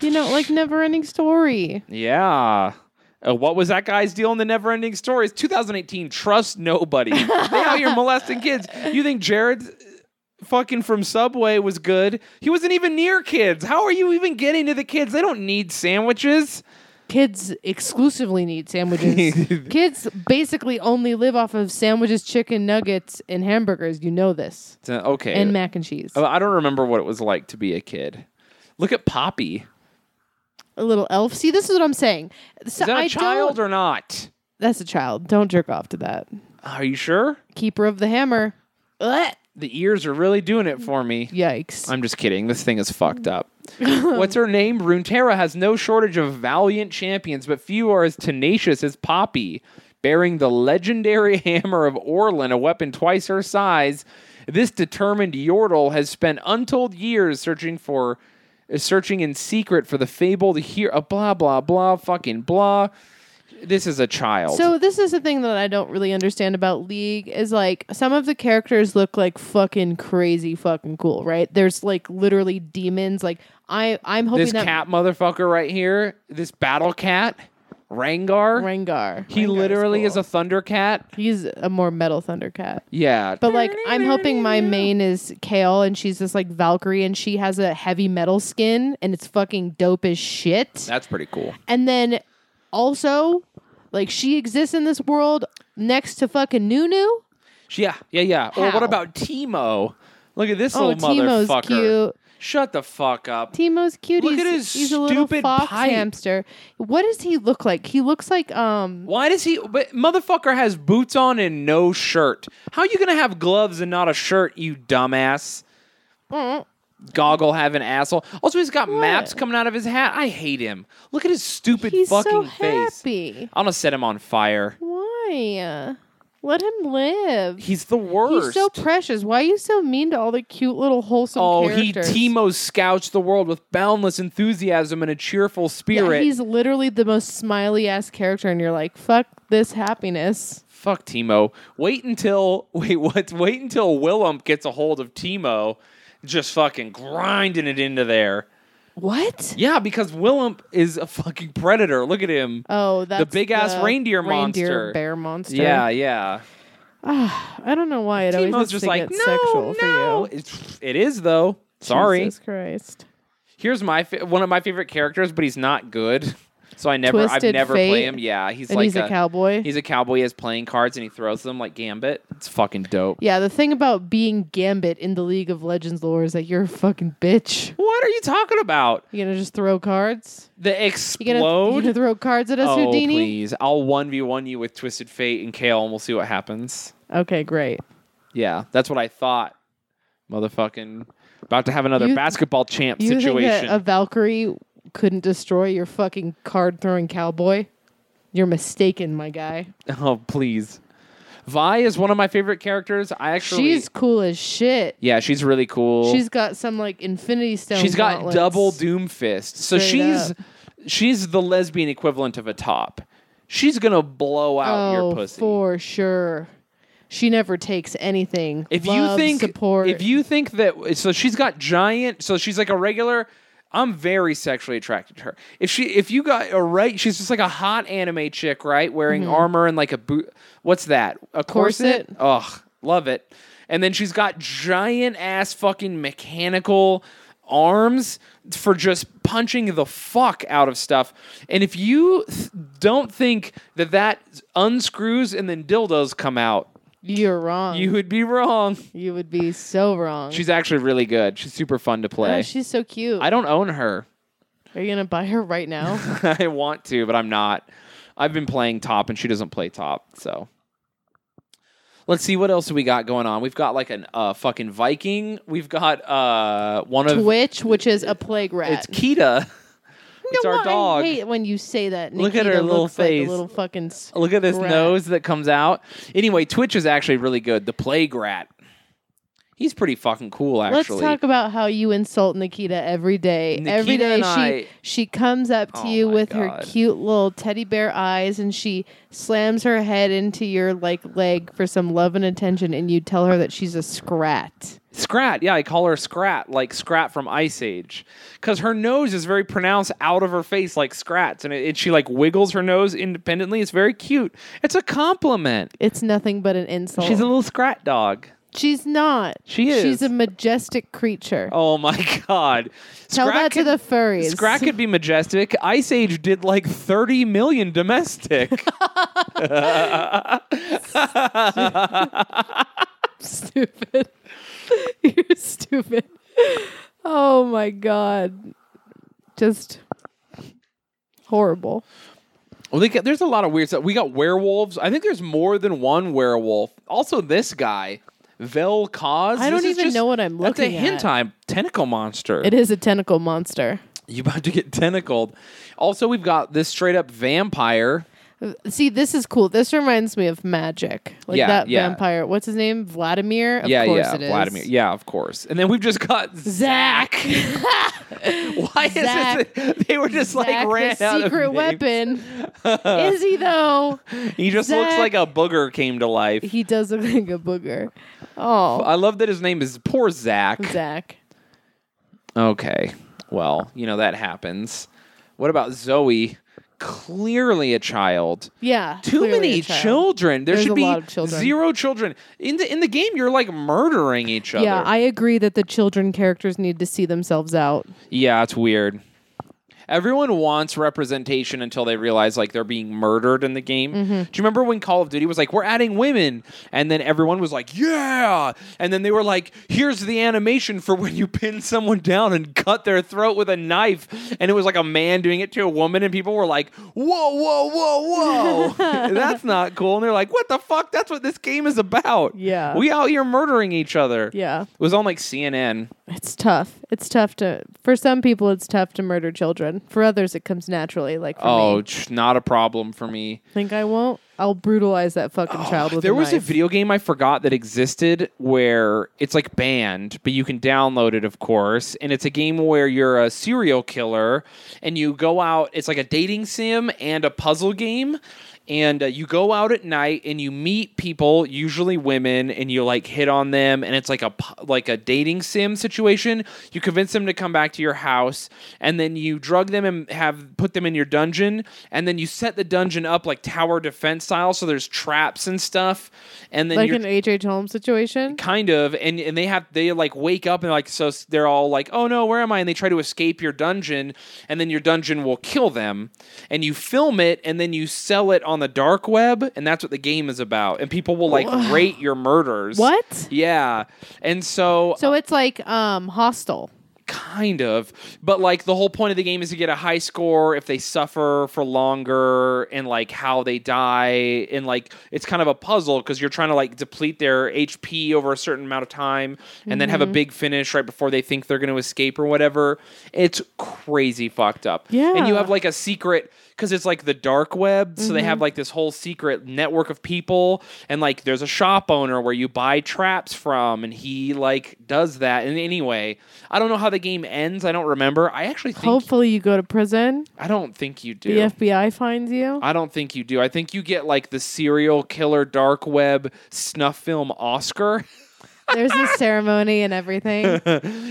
You know, like never ending story.
Yeah. Uh, what was that guy's deal in the never ending story? It's 2018. Trust nobody. they out here molesting kids. You think Jared uh, fucking from Subway was good? He wasn't even near kids. How are you even getting to the kids? They don't need sandwiches.
Kids exclusively need sandwiches. Kids basically only live off of sandwiches, chicken nuggets, and hamburgers. You know this.
Uh, Okay.
And mac and cheese.
Oh, I don't remember what it was like to be a kid. Look at Poppy.
A little elf. See, this is what I'm saying. So
Is that a
I
child
don't-
or not?
That's a child. Don't jerk off to that.
Are you sure?
Keeper of the hammer. Ugh.
The ears are really doing it for me.
Yikes.
I'm just kidding. This thing is fucked up. What's her name? Runeterra has no shortage of valiant champions, but few are as tenacious as Poppy, bearing the legendary hammer of Orlin, a weapon twice her size. This determined Yordle has spent untold years searching for, uh, searching in secret for the fabled here. Uh, blah blah blah. Fucking blah. This is a child.
So this is the thing that I don't really understand about League is like some of the characters look like fucking crazy fucking cool, right? There's like literally demons. Like I I'm hoping
this
that
cat motherfucker right here, this battle cat, Rangar.
Rengar.
he literally is a Thundercat.
He's a more metal Thundercat.
Yeah.
But like I'm hoping my main is Kale and she's this like Valkyrie and she has a heavy metal skin and it's fucking dope as shit.
That's pretty cool.
And then also like she exists in this world next to fucking Nunu.
Yeah, yeah, yeah. Or what
How?
about Timo? Look at this
Oh,
little
Teemo's
motherfucker.
cute.
Shut the fuck up.
Timo's cute.
Look
he's,
at his
he's a little
stupid
fox
pipe.
hamster. What does he look like? He looks like um.
Why does he? But motherfucker has boots on and no shirt. How you gonna have gloves and not a shirt, you dumbass?
mm,
Goggle having asshole. Also, he's got maps coming out of his hat. I hate him. Look at his stupid
He's
fucking
so
face.
happy.
I'm gonna set him on fire.
Why? Let him live.
He's the worst.
He's so precious. Why are you so mean to all the cute little wholesome
oh,
characters?
he Timo scouts the world with boundless enthusiasm and a cheerful
Yeah,
spirit.
he's literally the most smiley ass character, and you're like, fuck this happiness.
Fuck Timo. Wait until wait what? Wait until Willem gets a hold of Timo, just fucking grinding it into there.
What?
Yeah, because Willem is a fucking predator. Look at him.
Oh, that's
big-ass
the
reindeer monster.
bear monster.
yeah, yeah.
I don't know why it always
Timo's
has
just
to
like
get
no,
sexual for
no.
you.
It's- It is though. Sorry.
Jesus Christ.
Here's my fa- one of my favorite characters, but he's not good. So I never, I've
Twisted
never
Fate,
played him. Yeah, he's
and
like
he's a, cowboy.
He's a cowboy. He has playing cards and he throws them like Gambit. It's fucking dope.
yeah, the thing about being Gambit in the League of Legends lore is that you're a fucking bitch.
What are you talking about?
You gonna just throw cards?
The
You gonna, you
explode?
gonna throw cards at us,
oh
Houdini?
please! I'll one v one you with Twisted Fate and Kale, and we'll see what happens.
Okay, great.
Yeah, that's what I thought. Motherfucking about to have another
You-
basketball champ
You
situation.
think that a Valkyrie couldn't destroy your fucking card throwing cowboy? You're mistaken, my guy.
oh please! Vi is one of my favorite characters. I actually
She's cool as shit.
yeah, she's really cool.
She's got some like Infinity Stone.
she's got
gauntlets.
double doom fist so
Straight
she's
up.
she's the lesbian equivalent of a top she's gonna blow
oh,
out your pussy
for sure. She never takes anything.
if
Love,
you think
support,
if you think that so she's got giant so she's like a regular I'm very sexually attracted to her. If she if you got a right she's just like a hot anime chick, right? Wearing armor and like a boot what's that? A corset?
Mm-hmm. Corset.
Ugh, love it. And then she's got giant ass fucking mechanical arms for just punching the fuck out of stuff. And if you th- don't think that that unscrews and then dildos come out,
you're wrong.
you would be wrong.
You would be so wrong.
She's actually really good. She's super fun to play.
oh, she's so cute.
I don't own her.
Are you gonna buy her right now?
I want to, but I'm not. I've been playing top and she doesn't play top, so Let's see what else we got going on. We've got like an uh fucking Viking. We've got uh one of
Twitch, which is a plague rat.
it's Kita. it's
No,
our
I
dog.
hate when you say that.
Look at
Nikita
her little
looks like a
face. Oh,
little fucking. s-
Look at this
Rat.
nose that comes out. Anyway, Twitch is actually really good. The Plague Rat. He's pretty fucking cool
Let's
actually.
talk about how you insult Nikita every day. every
Nikita
day
and
she
I-
she comes up to
Oh
you
my
with her
God.
cute little teddy bear eyes and she slams her head into your like leg for some love and attention and you tell her that she's a scrat.
Scrat, yeah, I call her Scrat, like Scrat from Ice Age, because her nose is very pronounced out of her face, like Scrat's, and, it, and she like wiggles her nose independently. It's very cute. It's a compliment.
It's nothing but an insult.
She's a little Scrat dog.
She's not.
She
She's
is.
a majestic creature.
Oh my god!
tell
Scrat
that to
could-
the furries.
Scrat could be majestic. Ice Age did like thirty million domestic.
stupid. You're stupid. Oh my god. Just horrible.
Well, they got, there's a lot of weird stuff. We got werewolves. I think there's more than one werewolf. Also, this guy, Vel Cause.
I don't
This is
even
just-
know what I'm looking at.
That's a hentai tentacle monster.
It is a tentacle monster.
You about to get tentacled. Also, we've got this straight up vampire.
See, this is cool. This reminds me of magic. Like
Yeah,
that
yeah.
vampire. What's his name? Vladimir? Of
yeah,
course
yeah,
it is.
Vladimir. Yeah, of course. And then we've just got
Zach.
Zach. Why is
Zach.
this? They were just
Zach,
like ran
the
out of
secret
names.
weapon. is he though?
He just looks
Zach.
like a booger came to life.
He does look like a booger. Oh,
I love that his name is poor
Zach.
Okay. Well, you know that happens. What about Zoe? Clearly a child.
Yeah.
Too
clearly
many
a child.
children. There
There's
should
a
be
lot of children.
zero children. In the in the game you're like murdering each other.
Yeah, I agree that the children characters need to see themselves out.
yeah, it's weird. Everyone wants representation until they realize like they're being murdered in the game.
Mm-hmm.
Do you remember when Call of Duty was like, "We're adding women," and then everyone was like, "Yeah!" And then they were like, "Here's the animation for when you pin someone down and cut their throat with a knife," and it was like a man doing it to a woman, and people were like, "Whoa, whoa, whoa, whoa! That's not cool." And they're like, "What the fuck? That's what this game is about."
Yeah.
we out here murdering each other.
Yeah.
it was on like CNN.
It's tough. It's tough to for some people it's tough to murder children. For others it comes naturally like for
Oh,
me.
tch, not a problem for me.
Think I won't? I'll brutalize that fucking child with
Oh, there was a
knife.
video game I forgot that existed where it's like banned, but you can download it, of course. And it's a game where you're a serial killer and you go out. It's like a dating sim and a puzzle game. And uh, you go out at night and you meet people, usually women, and you like hit on them. And it's like a pu- like a dating sim situation. You convince them to come back to your house, and then you drug them and have put them in your dungeon, and then you set the dungeon up like tower defense style, so there's traps and stuff, and then
like
you're
an H.H. Holmes situation.
kind of and and they have they like wake up and like so s- they're all like oh no where am i and they try to escape your dungeon and then your dungeon will kill them and you film it and then you sell it on the dark web and that's what the game is about and people will like rate your murders
What?
yeah and so
So it's like um hostile.
kind of but like the whole point of the game is to get a high score if they suffer for longer and like how they die and like it's kind of a puzzle because you're trying to like deplete their hp over a certain amount of time and then have a big finish right before they think they're going to escape or whatever it's crazy fucked up and you
Yeah.
have like a secret because it's like the dark web so they have
Mm-hmm.
like this whole secret network of people and like there's a shop owner where you buy traps from and he like does that and anyway i don't know how the game ends i don't remember i actually think
Hopefully you go to prison.
i don't think you do
The FBI finds you.
I don't think you do. I think you get like the serial killer dark web snuff film Oscar.
There's a ceremony and everything.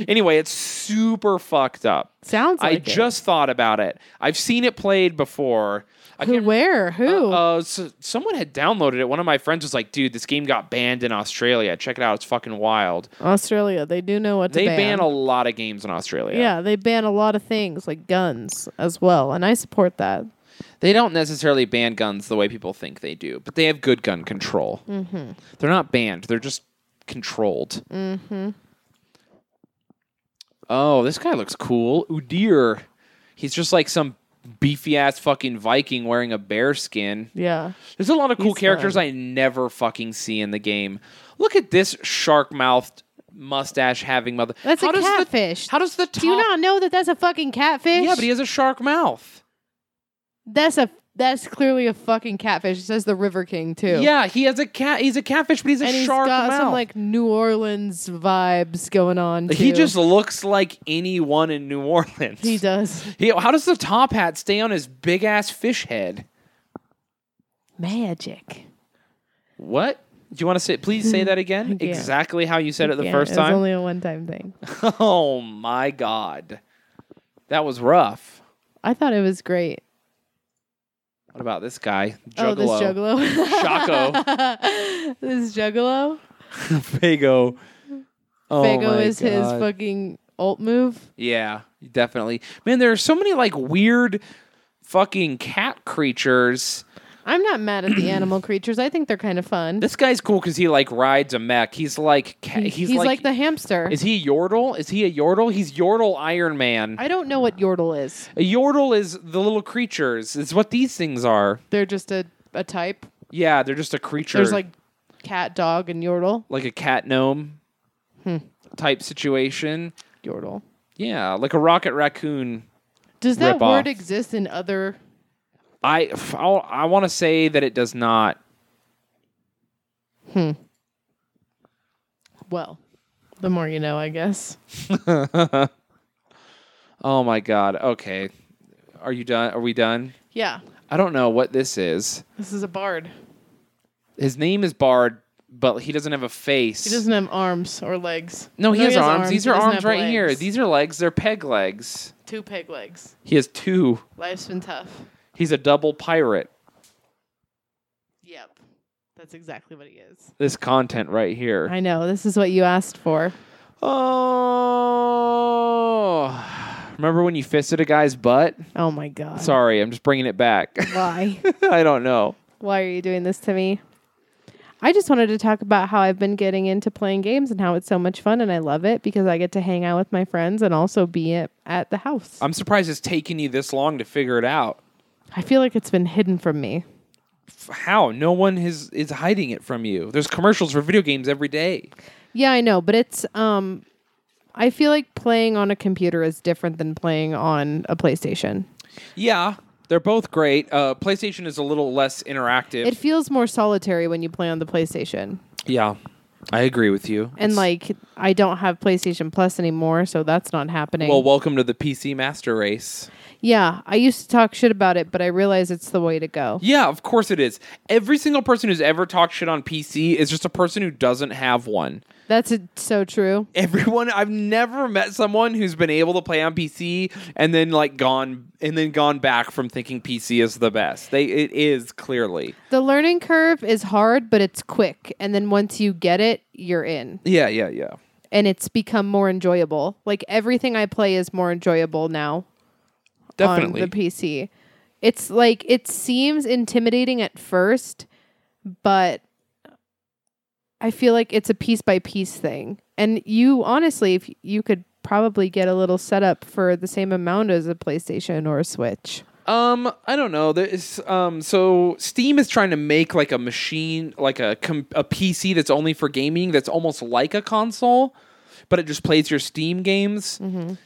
anyway, it's super fucked up.
Sounds like
I
it.
just thought about it. I've seen it played before. I
Who,
can't
where? Who?
Uh, so someone had downloaded it. One of my friends was like, "Dude, this game got banned in Australia. Check it out. It's fucking wild."
Australia. They do know what to
They
ban.
ban a lot of games in Australia.
yeah, they ban a lot of things like guns as well, and I support that.
They don't necessarily ban guns the way people think they do, but they have good gun control. Mm-hmm. They're not banned. They're just controlled. Mm-hmm. Oh, this guy looks cool. Udir. He's just like some beefy ass fucking Viking wearing a bear skin.
Yeah.
There's a lot of cool
He's
characters I never fucking see in the game. Look at this shark mouthed mustache having mother.
That's
How
a
does the-
catfish.
how does the top?
do you not know that that's a fucking catfish?
yeah, but he has a shark mouth.
that's a that's clearly a fucking catfish. It says the River King too.
Yeah, he has a cat. He's a catfish, but he's a
and he's
shark
got
mouth.
some like New Orleans vibes going on. Too.
he just looks like anyone in New Orleans.
he does.
He- how does the top hat stay on his big ass fish head?
Magic.
What? Do you want to say? Please say that again.
Yeah.
Exactly how you said it the
Yeah,
first
it was
time.
only a one time thing.
oh my god, that was rough.
I thought it was great.
What about this guy?
Oh, this juggalo.
Shaco.
this juggalo.
Fago. Oh
Fago
my
is his
God.
fucking alt move.
yeah, definitely. Man, there are so many like weird fucking cat creatures.
I'm not mad at the animal creatures. I think they're kind of fun.
This guy's cool because he like rides a mech. He's like ca-
He-
he's,
he's, like, the hamster.
Is he a Yordle? Is he a Yordle? He's Yordle Iron Man.
I don't know what Yordle is.
a Yordle is the little creatures. It's what these things are.
They're just a, a type.
Yeah, they're just a creature.
There's like cat, dog, and Yordle.
like a cat gnome
Hmm.
type situation.
Yordle.
Yeah, like a rocket raccoon
Does that
Rip
word
off.
exist in other?
I I'll- I want to say that it does not.
Well, the more you know, I guess.
Oh my god. Okay. Are you done? Are we done?
Yeah,
I don't know what this is.
this is a bard.
His name is Bard, but he doesn't have a face.
He doesn't have arms or legs.
No, he, has, arms. These
He
are
doesn't
arms
have
right here.
legs.
These are legs. They're peg legs.
two peg legs.
He has two.
Life's been tough.
He's a double pirate.
Yep, that's exactly what he is.
This content right here.
I know. This is what you asked for.
Oh. Remember when you fisted a guy's butt?
Oh my god.
Sorry, I'm just bringing it back.
Why?
I don't know.
Why are you doing this to me? I just wanted to talk about how I've been getting into playing games and how it's so much fun and I love it because I get to hang out with my friends and also be at, at the house.
I'm surprised it's taken you this long to figure it out.
I feel like it's been hidden from me.
how no one is is hiding it from you there's commercials for video games every day
Yeah, I know, but it's um I feel like playing on a computer is different than playing on a PlayStation.
yeah they're both great uh, playstation is a little less interactive
It feels more solitary when you play on the PlayStation.
yeah i agree with you
And
It's-
like I don't have PlayStation Plus anymore, so that's not happening.
well welcome to the pc master race
yeah, I used to talk shit about it, but I realize it's the way to go.
yeah of course it is every single person who's ever talked shit on pc is just a person who doesn't have one
That's a, so true.
everyone I've never met someone who's been able to play on PC and then like gone and then gone back from thinking PC is the best. They it is clearly.
The learning curve is hard, but it's quick. And then once you get it, you're in.
Yeah, yeah, yeah.
And it's become more enjoyable. Like everything I play is more enjoyable now
Definitely.
on the PC. It's like it seems intimidating at first, but I feel like it's a piece by piece thing. And you honestly, if you could probably get a little setup for the same amount as a PlayStation or a Switch.
um I don't know. There is um so Steam is trying to make like a machine like a com- a PC that's only for gaming that's almost like a console. But it just plays your Steam games,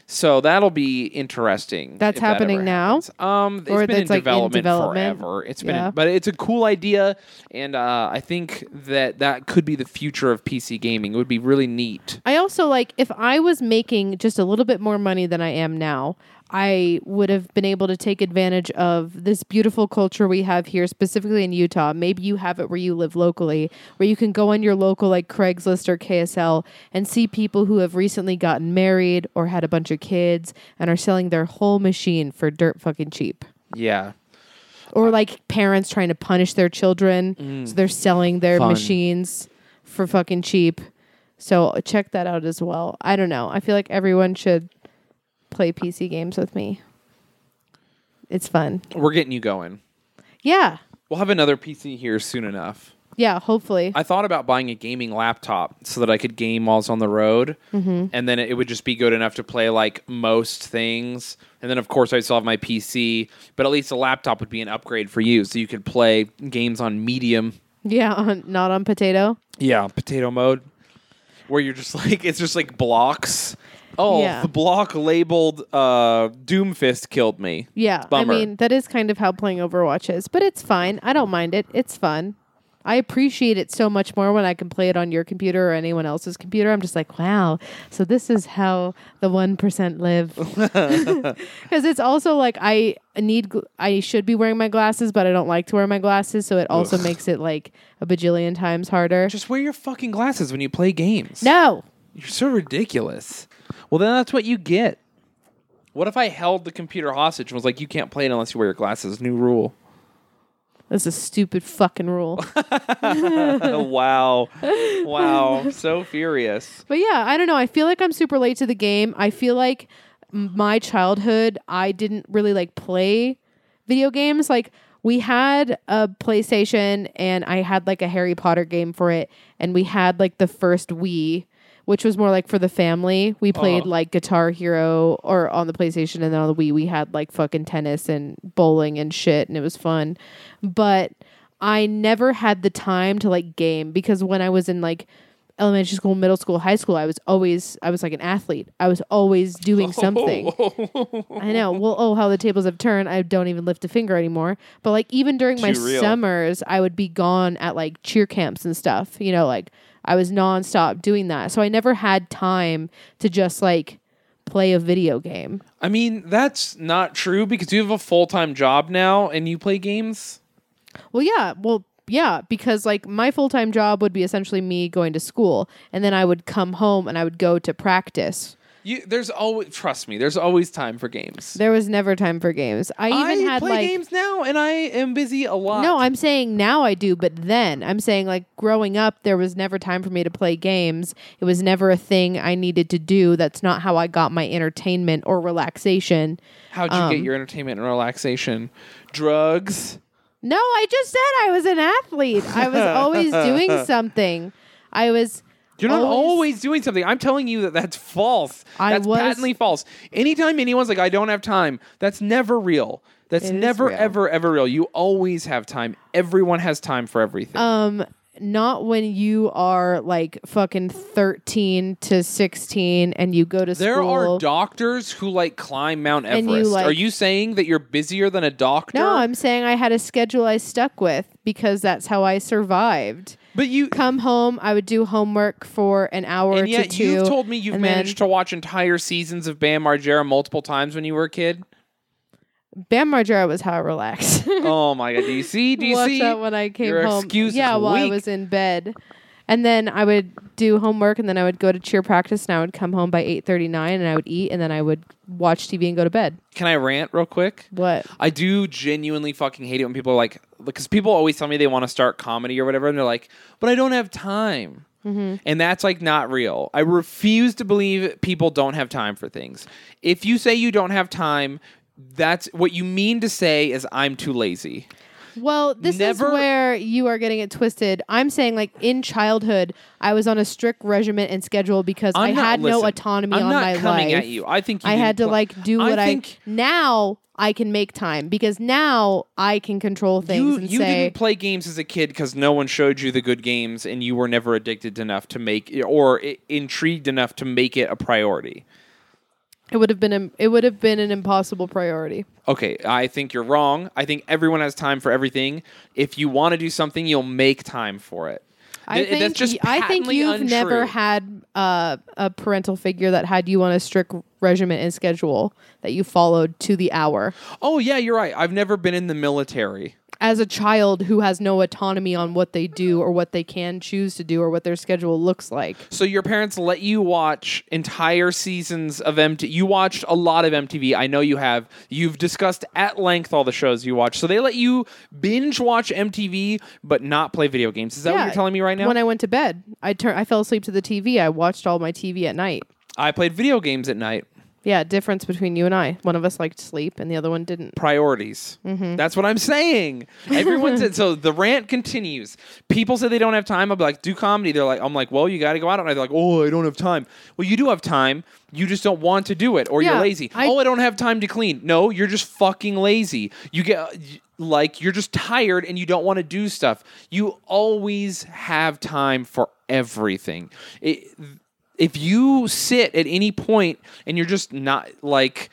so that'll be interesting.
Mm-hmm. That's
if that ever
happening now?
happens. Um, it's
Or
been in
that's, like, in
development,
development?
forever. It's been, in-
Yeah.
but it's a cool idea, and uh, I think that that could be the future of PC gaming. It would be really neat.
I also like if I was making just a little bit more money than I am now, I would have been able to take advantage of this beautiful culture we have here, specifically in Utah. Maybe you have it where you live locally, where you can go on your local like Craigslist or KSL and see people who have recently gotten married or had a bunch of kids and are selling their whole machine for dirt fucking cheap.
Yeah,
Or like parents trying to punish their children, so they're selling their
Mm. Fun.
machines for fucking cheap. So check that out as well. I don't know. I feel like everyone should play PC games with me. It's fun.
we're getting you going.
Yeah.
We'll have another PC here soon enough.
Yeah, hopefully.
I thought about buying a gaming laptop so that I could game while I was on the road,
Mm-hmm.
and then it would just be good enough to play like most things. And then, of course, I still have my PC, but at least a laptop would be an upgrade for you, so you could play games on medium.
yeah, on, not on potato.
Yeah, potato mode, where you're just like it's just like blocks. Oh,
Yeah.
the block labeled uh, Doomfist killed me.
Yeah.
Bummer.
I mean, that is kind of how playing Overwatch is, but it's fine. I don't mind it. It's fun. I appreciate it so much more when I can play it on your computer or anyone else's computer. I'm just like, wow. So this is how the 1% live. Cuz it's also like I need gl- I should be wearing my glasses, but I don't like to wear my glasses, so it also makes it like a bajillion times harder.
Just wear your fucking glasses when you play games.
no.
You're so ridiculous. Well, then that's what you get. What if I held the computer hostage and was like, "You can't play it unless you wear your glasses"? New rule.
That's a stupid fucking rule.
wow, wow, so furious.
But yeah, I don't know. I feel like I'm super late to the game. I feel like m- my childhood, I didn't really like play video games. Like we had a PlayStation and I had like a Harry Potter game for it and we had like the first Wii which was more like for the family. We played like Guitar Hero or on the PlayStation and then on the Wii we had like fucking tennis and bowling and shit and it was fun. But I never had the time to like game because when I was in like elementary school, middle school, high school, I was always I was like an athlete. I was always
Oh.
doing something. I know. Well, oh, how the tables have turned. I don't even lift a finger anymore. But like even during my
Too real.
summers, I would be gone at like cheer camps and stuff. You know, like I was nonstop doing that. So I never had time to just like play a video game.
I mean, that's not true because you have a full time job now and you play games.
Well, yeah. Well, yeah, because like my full time job would be essentially me going to school, and then I would come home and I would go to practice.
You, there's always trust me. There's always time for games.
There was never time for games. I even
I
had
play
like
games now, and I am busy a lot.
No, I'm saying now I do, but then I'm saying like growing up, there was never time for me to play games. It was never a thing I needed to do. That's not how I got my entertainment or relaxation.
How'd you
Um.
get your entertainment and relaxation? Drugs.
No, I just said I was an athlete. I was always doing something. I was.
You're not
Always-
always, doing something. I'm telling you that that's false.
I
that's
was-
patently false. Anytime anyone's like, I don't have time, that's never real. That's
It is
never,
real.
ever, ever real. You always have time. Everyone has time for everything.
Um, not when you are like fucking 13 to 16 and you go to
there
school.
are doctors who like climb Mount
And you,
Everest.
like-
Are you saying that you're busier than a doctor?
no, I'm saying I had a schedule I stuck with because that's how I survived.
but you.
come home. I would do homework for an hour
And
to
yet,
2
you've told me you've
and then-
managed to watch entire seasons of Bam Margera multiple times when you were a kid.
Bam Margera was how I relaxed.
oh my god! Do you see? Do you
Watch
see?
that when I came
Your
home.
excuse is
yeah, while I
weak.
was in bed. And then I would do homework, and then I would go to cheer practice, and I would come home by eight thirty nine, and I would eat, and then I would watch TV and go to bed.
Can I rant real quick?
What?
I do genuinely fucking hate it when people are like, because people always tell me they want to start comedy or whatever, and they're like, but I don't have time.
Mm-hmm.
And that's like not real. I refuse to believe people don't have time for things. If you say you don't have time, that's what you mean to say is I'm too lazy.
Well, this
Never-
is where you are getting it twisted. I'm saying, like in childhood, I was on a strict regiment and schedule because i
I'm not-
had no
listen,
autonomy
I'm
on
not
my
coming
life.
at you. I think you
I
didn't
had to
pla-
like do
I
what I,
think
now I can make time because now I can control things
You,
and
you
say
didn't play games as a kid because no one showed you the good games, and you were never addicted enough to make or i- intrigued enough to make it a priority.
it would have been im- it would have been an impossible priority.
Okay, I think you're wrong. I think everyone has time for everything. If you want to do something, you'll make time for it.
I
Th-
think
that's just
y- I think
patently
you've never
untrue.
had uh, a parental figure that had you on a strict regiment and schedule that you followed to the hour.
Oh yeah, you're right. I've never been in the military.
As a child who has no autonomy on what they do or what they can choose to do or what their schedule looks like.
So your parents let you watch entire seasons of MTV. You watched a lot of MTV. I know you have. You've discussed at length all the shows you watch. So they let you binge watch MTV but not play video games. Is that what
Yeah,
you're telling me right now?
When I went to bed, I turn I fell asleep to the TV. I watched all my TV at night.
I played video games at night.
Yeah, difference between you and I. One of us liked sleep and the other one didn't.
priorities.
Mm-hmm.
That's what I'm saying. Everyone said so. The rant continues. People say they don't have time. I'll be like, do comedy. They're like, I'm like, well, you got to go out. And they're like, oh, I don't have time. Well, you do have time. You just don't want to do it, or
Yeah,
you're lazy.
I-
oh, I don't have time to clean. No, you're just fucking lazy. You get like you're just tired and you don't want to do stuff. You always have time for everything. It, if you sit at any point and you're just not like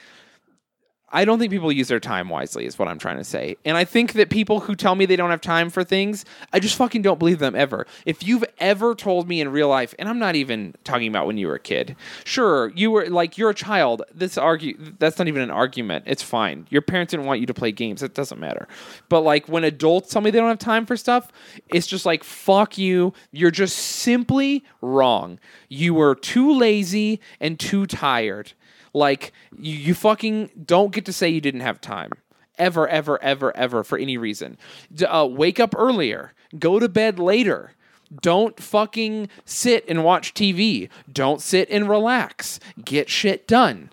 I don't think people use their time wisely, is what I'm trying to say. And I think that people who tell me they don't have time for things, I just fucking don't believe them ever. If you've ever told me in real life, and I'm not even talking about when you were a kid, sure, you were like, you're a child. This argue, that's not even an argument. It's fine. Your parents didn't want you to play games. It doesn't matter. But like when adults tell me they don't have time for stuff, it's just like, fuck you. You're just simply wrong. You were too lazy and too tired. Like you, you fucking don't get to say you didn't have time ever, ever, ever, ever for any reason. D- uh, wake up earlier. Go to bed later. Don't fucking sit and watch TV. Don't sit and relax. Get shit done.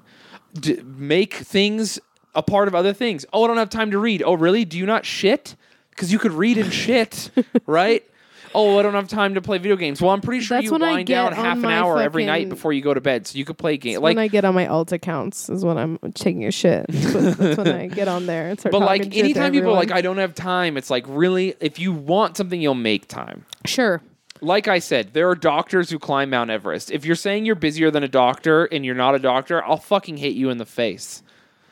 D- make things a part of other things. Oh, I don't have time to read. Oh, really? Do you not shit? Because you could read and shit, right? Oh, I don't have time to play video games. Well, I'm pretty sure
That's
you
when I
wind
get
down
on
half an
my
hour every night
fucking-
before you go to bed, so you could play games.
when I get on my alt accounts is when I'm taking a shit. That's when- that's when I get on there. And start
But
talking
like
shit to
anytime people are
everyone.
like, I don't have time, it's like really, if you want something, you'll make time.
sure,
Like I said, there are doctors who climb Mount Everest. If you're saying you're busier than a doctor and you're not a doctor, I'll fucking hit you in the face.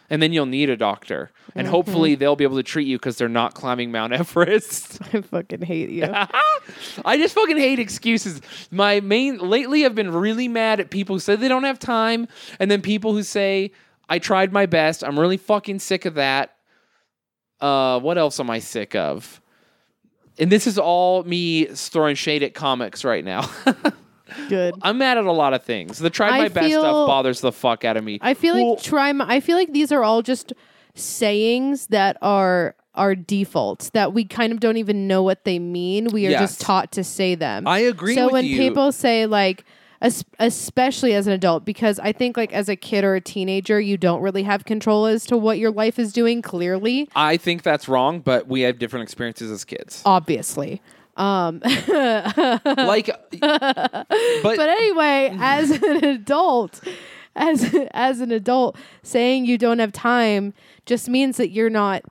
And then you'll need a doctor. And hopefully
Mm-hmm.
they'll be able to treat you because they're not climbing Mount Everest.
I fucking hate you.
I just fucking hate excuses. My main lately I've been really mad at people who say they don't have time and then people who say I tried my best. I'm really fucking sick of that. Uh what else am I sick of? And this is all me throwing shade at comics right now.
Good.
I'm mad at a lot of things. The try
I
my best
feel-
stuff bothers the fuck out of me.
I feel
Well,
like try. My, I feel like these are all just sayings that are our defaults that we kind of don't even know what they mean. We are
Yes.
just taught to say them.
I agree
So
with
when
you.
people say like. es- Especially as an adult, because I think, like, as a kid or a teenager, you don't really have control as to what your life is doing, clearly.
I think that's wrong, but we have different experiences as kids.
Obviously.
like but,
But anyway, as an adult, as as an adult, saying you don't have time just means that you're not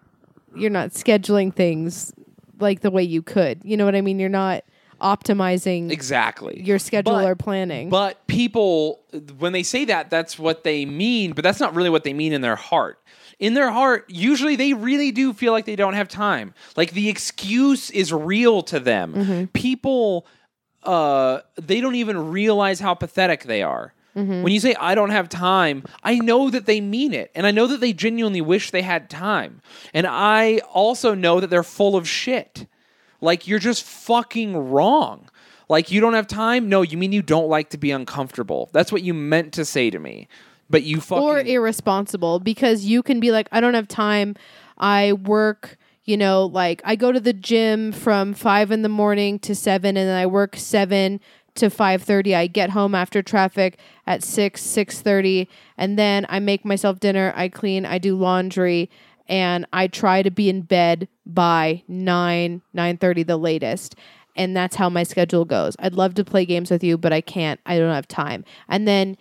you're not scheduling things like the way you could. You know what I mean? You're not optimizing
exactly.
your schedule
But-
or planning.
But people, when they say that, that's what they mean, but that's not really what they mean in their heart. In their heart, usually they really do feel like they don't have time. Like the excuse is real to them. People, uh, they don't even realize how pathetic they are.
Mm-hmm.
When you say, I don't have time, I know that they mean it. And I know that they genuinely wish they had time. And I also know that they're full of shit. Like you're just fucking wrong. Like you don't have time? No, you mean you don't like to be uncomfortable. That's what you meant to say to me. But you fucking
or irresponsible because you can be like, I don't have time. I work, you know, like I go to the gym from five in the morning to seven, and then I work seven to five thirty. I get home after traffic at six six thirty, and then I make myself dinner. I clean. I do laundry, and I try to be in bed by nine nine thirty the latest. And that's how my schedule goes. I'd love to play games with you, but I can't. I don't have time. And then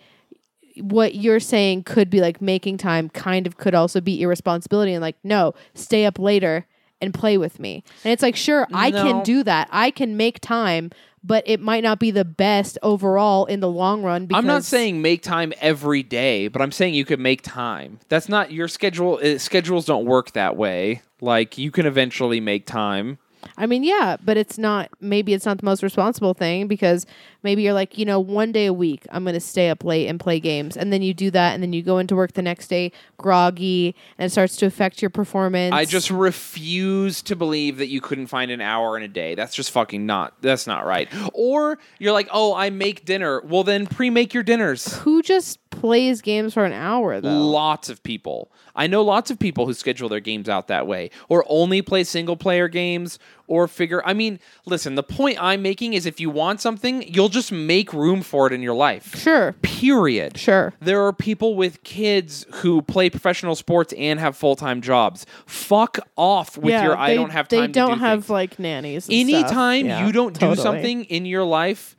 what you're saying could be like making time kind of could also be irresponsibility and like no stay up later and play with me and it's like sure i
No.
can do that i can make time but it might not be the best overall in the long run because
I'm not saying make time every day, but I'm saying you could make time. That's not your schedule. uh, Schedules don't work that way. Like you can eventually make time.
i mean yeah but it's not maybe it's not the most responsible thing because maybe you're like you know one day a week i'm going to stay up late and play games and then you do that and then you go into work the next day groggy and it starts to affect your performance
I just refuse to believe that you couldn't find an hour in a day. That's just fucking not. That's not right. Or you're like, oh, I make dinner. Well, then pre-make your dinners.
who just plays games for an hour though
Lots of people. I know lots of people who schedule their games out that way, or only play single player games, or figure. I mean, listen. The point I'm making is, if you want something, you'll just make room for it in your life.
Sure.
Period.
Sure.
There are people with kids who play professional sports and have full time jobs. Fuck off with your I
they-
don't have time.
They
to
don't
do
have
things."
like nannies. and stuff.
Anytime
Yeah,
you don't do
totally.
something in your life,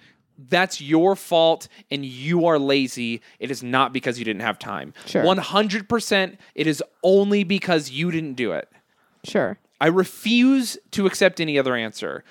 that's your fault and you are lazy. It is not because you didn't have time.
Sure.
100%, it is only because you didn't do it.
sure.
I refuse to accept any other answer.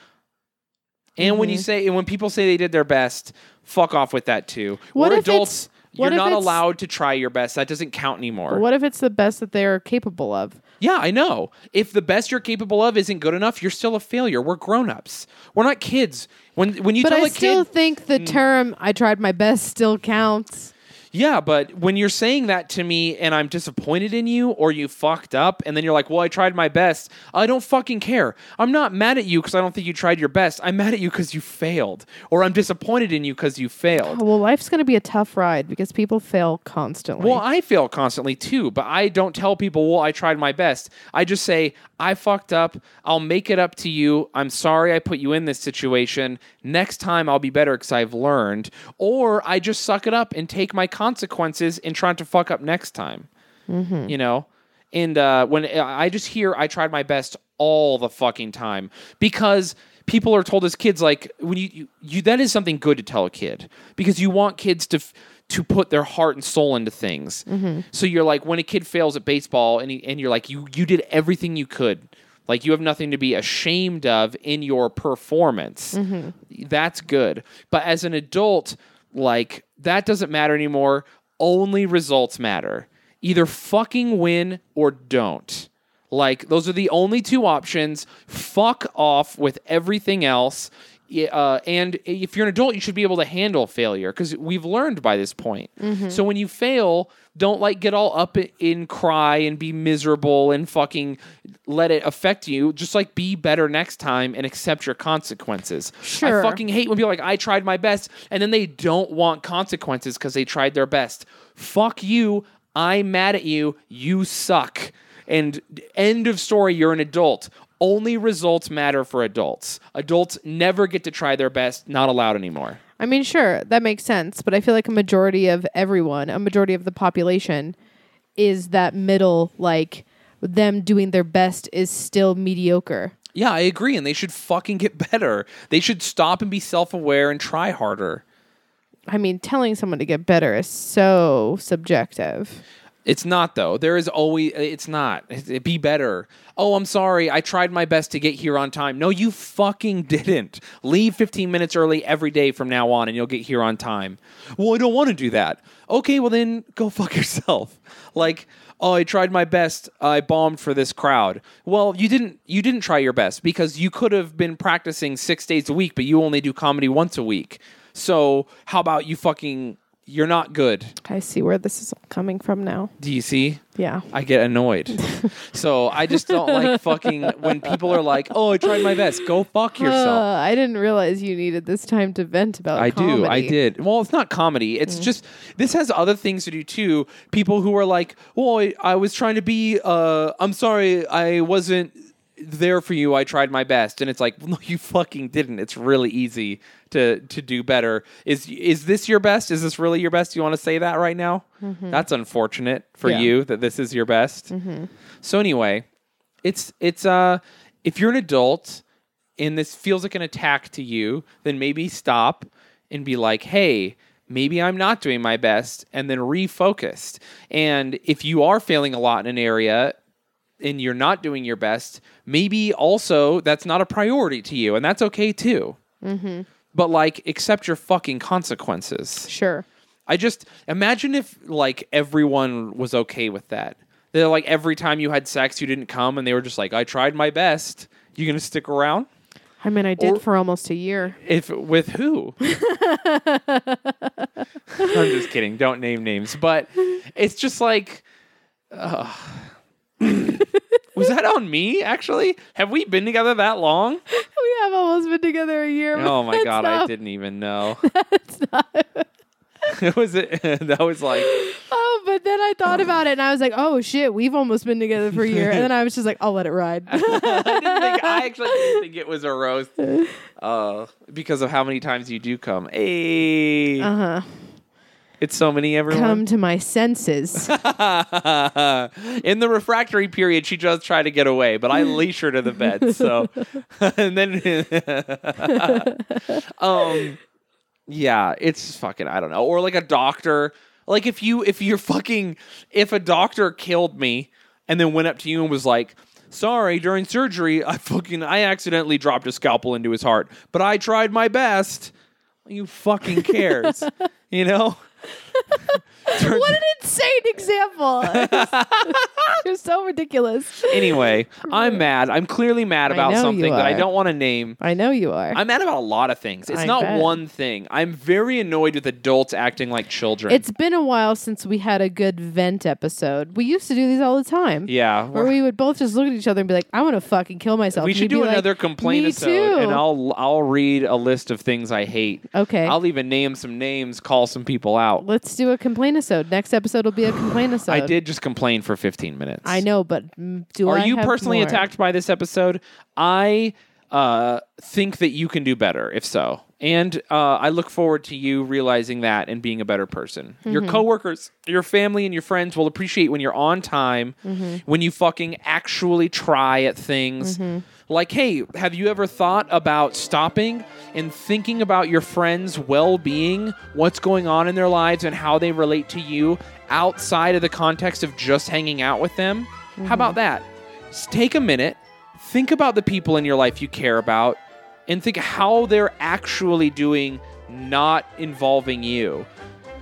And when
Mm-hmm.
you say, and when people say they did their best, fuck off with that too.
What
We're
if it's-
adults.
what
You're
if
not
it's-
allowed to try your best. That doesn't count anymore.
What if it's the best that they're capable of?
Yeah, I know. If the best you're capable of isn't good enough, you're still a failure. We're grown-ups. We're not kids. When when you
But
tell
I
a
still
kid, Mm.
think the term "I tried my best" still counts.
yeah, but when you're saying that to me and I'm disappointed in you or you fucked up and then you're like, "Well, I tried my best." I don't fucking care. I'm not mad at you cuz I don't think you tried your best. I'm mad at you cuz you failed or I'm disappointed in you cuz you failed.
Oh, well, life's going to be a tough ride because people fail constantly.
Well, I fail constantly too, but I don't tell people, well, I tried my best. I just say, I fucked up. I'll make it up to you. I'm sorry I put you in this situation. Next time I'll be better because I've learned. Or I just suck it up and take my consequences in trying to fuck up next time. You know? And uh, when I just hear, I tried my best all the fucking time because people are told as kids like when you, you, you that is something good to tell a kid because you want kids to f- to put their heart and soul into things so you're like when a kid fails at baseball and, he, and you're like you you did everything you could like you have nothing to be ashamed of in your performance that's good but as an adult like that doesn't matter anymore only results matter either fucking win or don't like those are the only two options. Fuck off with everything else. Y- Uh, and if you're an adult, you should be able to handle failure because we've learned by this point. So when you fail, don't like get all up i- in cry and be miserable and fucking let it affect you. Just like be better next time and accept your consequences. I
Sure.
fucking hate when people are like I tried my best and then they don't want consequences because they tried their best. Fuck you. I'm mad at you. You suck. And end of story, you're an adult. Only results matter for adults. Adults never get to try their best, not allowed anymore.
I mean, sure, that makes sense, but I feel like a majority of everyone, a majority of the population, is that middle like them doing their best is still mediocre.
Yeah, I agree. And they should fucking get better. They should stop and be self aware and try harder.
I mean, telling someone to get better is so subjective.
It's not though. There is always. It's not. It, it- be better. Oh, I'm sorry. I tried my best to get here on time. No, you fucking didn't. Leave 15 minutes early every day from now on, and you'll get here on time. Well, I don't want to do that. Okay, well then go fuck yourself. Like, oh, I tried my best. I bombed for this crowd. Well, you didn't. You didn't try your best because you could have been practicing six days a week, but you only do comedy once a week. So how about you fucking you're not good.
I see where this is all coming from now.
Do you see?
Yeah.
I get annoyed. so I just don't like fucking when people are like, "Oh, I tried my best." Go fuck yourself.
Uh, I didn't realize you needed this time to vent about
I do. I
comedy. Mm.
did. Well, it's not comedy. It's just this has other things to do too. People who are like, "Well, I, I was trying to be. Uh, I'm sorry, I wasn't there for you. I tried my best." And it's like, well, "No, you fucking didn't. It's really easy to to do better." Is is this your best? Is this really your best? You want to say that right now? That's unfortunate
Mm-hmm.
for
Yeah. Mm-hmm.
you that this is your best. So anyway, it's it's uh if you're an adult and this feels like an attack to you, then maybe stop and be like, "Hey, maybe I'm not doing my best," and then refocused. And if you are failing a lot in an area and you're not doing your best, maybe also that's not a priority to you, and that's okay too. But like, accept your fucking consequences.
Sure.
I just imagine if like everyone was okay with that. They're like every time you had sex, you didn't come, and they were just like, "I tried my best." You gonna stick around?
I mean, I did
Or-
for almost a year.
If with who? I'm just kidding. Don't name names, but it's just like. ugh. was that on me? Actually, have we been together that long?
We have almost been together a year.
Oh my
That's
god, I
not-
didn't even know.
That's not.
it was it. That was like
Oh, but then I thought about it and I was like, oh shit, we've almost been together for a year. And then I was just like, I'll let it ride.
I didn't think I actually didn't think it was a roast. Uh, because of how many times you do come. Hey,
Uh huh.
it's so many everyone.
Come to my senses.
In the refractory period, she does try to get away, but I leash her to the bed. So, and then, um, yeah, it's fucking I don't know. Or like a doctor, like if you if you're fucking if a doctor killed me and then went up to you and was like. Sorry, during surgery, I fucking I accidentally dropped a scalpel into his heart, but I tried my best. You fucking cares, you know?
what an insane example. You're so ridiculous.
anyway, I'm mad. I'm clearly mad
I
about
know you
something that I
are.
don't want to name.
I know you are.
I'm mad about a lot of things. It's
I
not
bet.
one thing. I'm very annoyed with adults acting like children.
it's been a while since we had a good vent episode. We used to do these all the time.
yeah.
Where
we're-
we would both just look at each other and be like, I want to fucking kill myself.
we
And
should
you'd
do
be like,
another complaint
"Me
episode,
too."
and I'll I'll read a list of things I hate.
Okay.
I'll even name some names, call some people out.
Let's do a complaint episode. Next episode will be a complaint episode.
I did just complain for 15 minutes.
I know, but mm, do
Are
I
you
have
personally
more?
attacked by this episode? I uh, think that you can do better, if so. And uh, I look forward to you realizing that and being a better person. Your coworkers, your family, and your friends will appreciate when you're on time, when you fucking actually try at things. Like, hey, have you ever thought about stopping and thinking about your friends' well being, what's going on in their lives, and how they relate to you outside of the context of just hanging out with them? How about that? S- take a minute, think about the people in your life you care about, and think how they're actually doing not involving you.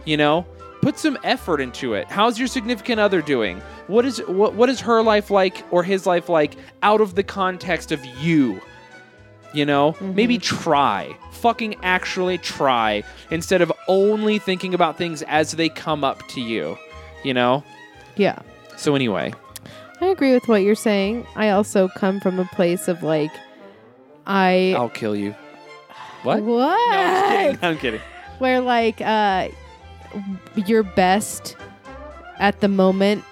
You know? Put some effort into it. How's your significant other doing? What is what what is her life like or his life like out of the context of you? You know? Maybe try. Fucking actually try instead of only thinking about things as they come up to you. You know?
Yeah.
So anyway,
I agree with what you're saying. I also come from a place of like, I.
I'll kill you. What?
What?
No, I'm just kidding. I'm kidding.
Where like, uh, your best at the moment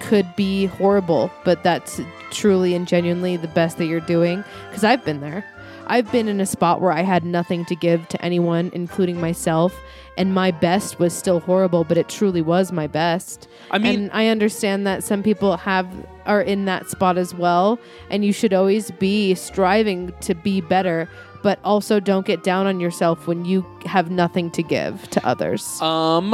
could be horrible, but that's truly and genuinely the best that you're doing. Because I've been there. I've been in a spot where I had nothing to give to anyone, including myself, and my best was still horrible, but it truly was my best.
I mean,
and I understand that some people have are in that spot as well, and you should always be striving to be better, but also don't get down on yourself when you have nothing to give to others.
um,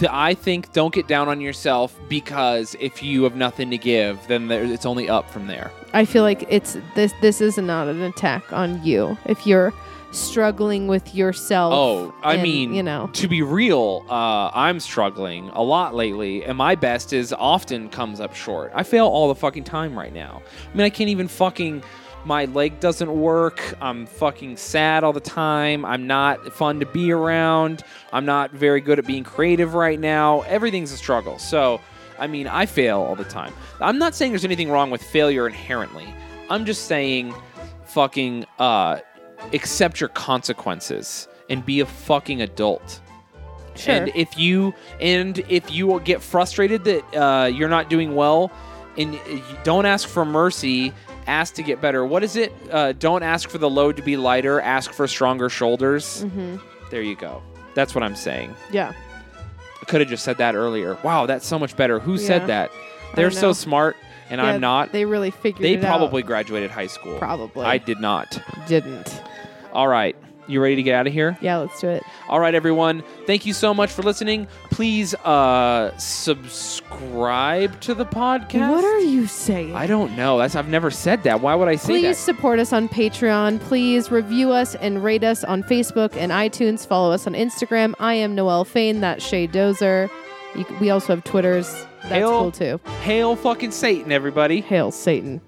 the, I think don't get down on yourself because if you have nothing to give, then there, it's only up from there.
I feel like it's this this is not an attack on you if you're struggling with yourself.
Oh, I
and,
mean,
you know.
to be real, uh, I'm struggling a lot lately, and my best is often comes up short. I fail all the fucking time right now. I mean, I can't even fucking my leg doesn't work. I'm fucking sad all the time. I'm not fun to be around. I'm not very good at being creative right now. Everything's a struggle. So, I mean, I fail all the time. I'm not saying there's anything wrong with failure inherently. I'm just saying fucking uh accept your consequences and be a fucking adult.
Sure.
And if you and if you will get frustrated that uh, you're not doing well, and you don't ask for mercy, ask to get better. What is it? Uh, don't ask for the load to be lighter. Ask for stronger shoulders.
Mm-hmm.
There you go. That's what I'm saying.
yeah.
I could have just said that earlier. Wow, that's so much better. Who
Yeah.
said that? They're so
know.
smart, and
Yeah,
I'm not. They,
They really figured it out.
probably graduated high school.
Probably.
I did not.
didn't.
All right. You ready to get out of here?
Yeah, let's do it.
All right, everyone. Thank you so much for listening. Please uh, subscribe to the podcast.
What are you saying?
I don't know. That's I've never said that. Why would I say
Please
that?
support us on Patreon. Please review us and rate us on Facebook and iTunes. Follow us on Instagram. I am Noelle Fain. That's Shay Dozer. You, c- we also have Twitters. That's
Hail-
cool too.
Hail fucking Satan, everybody.
Hail Satan.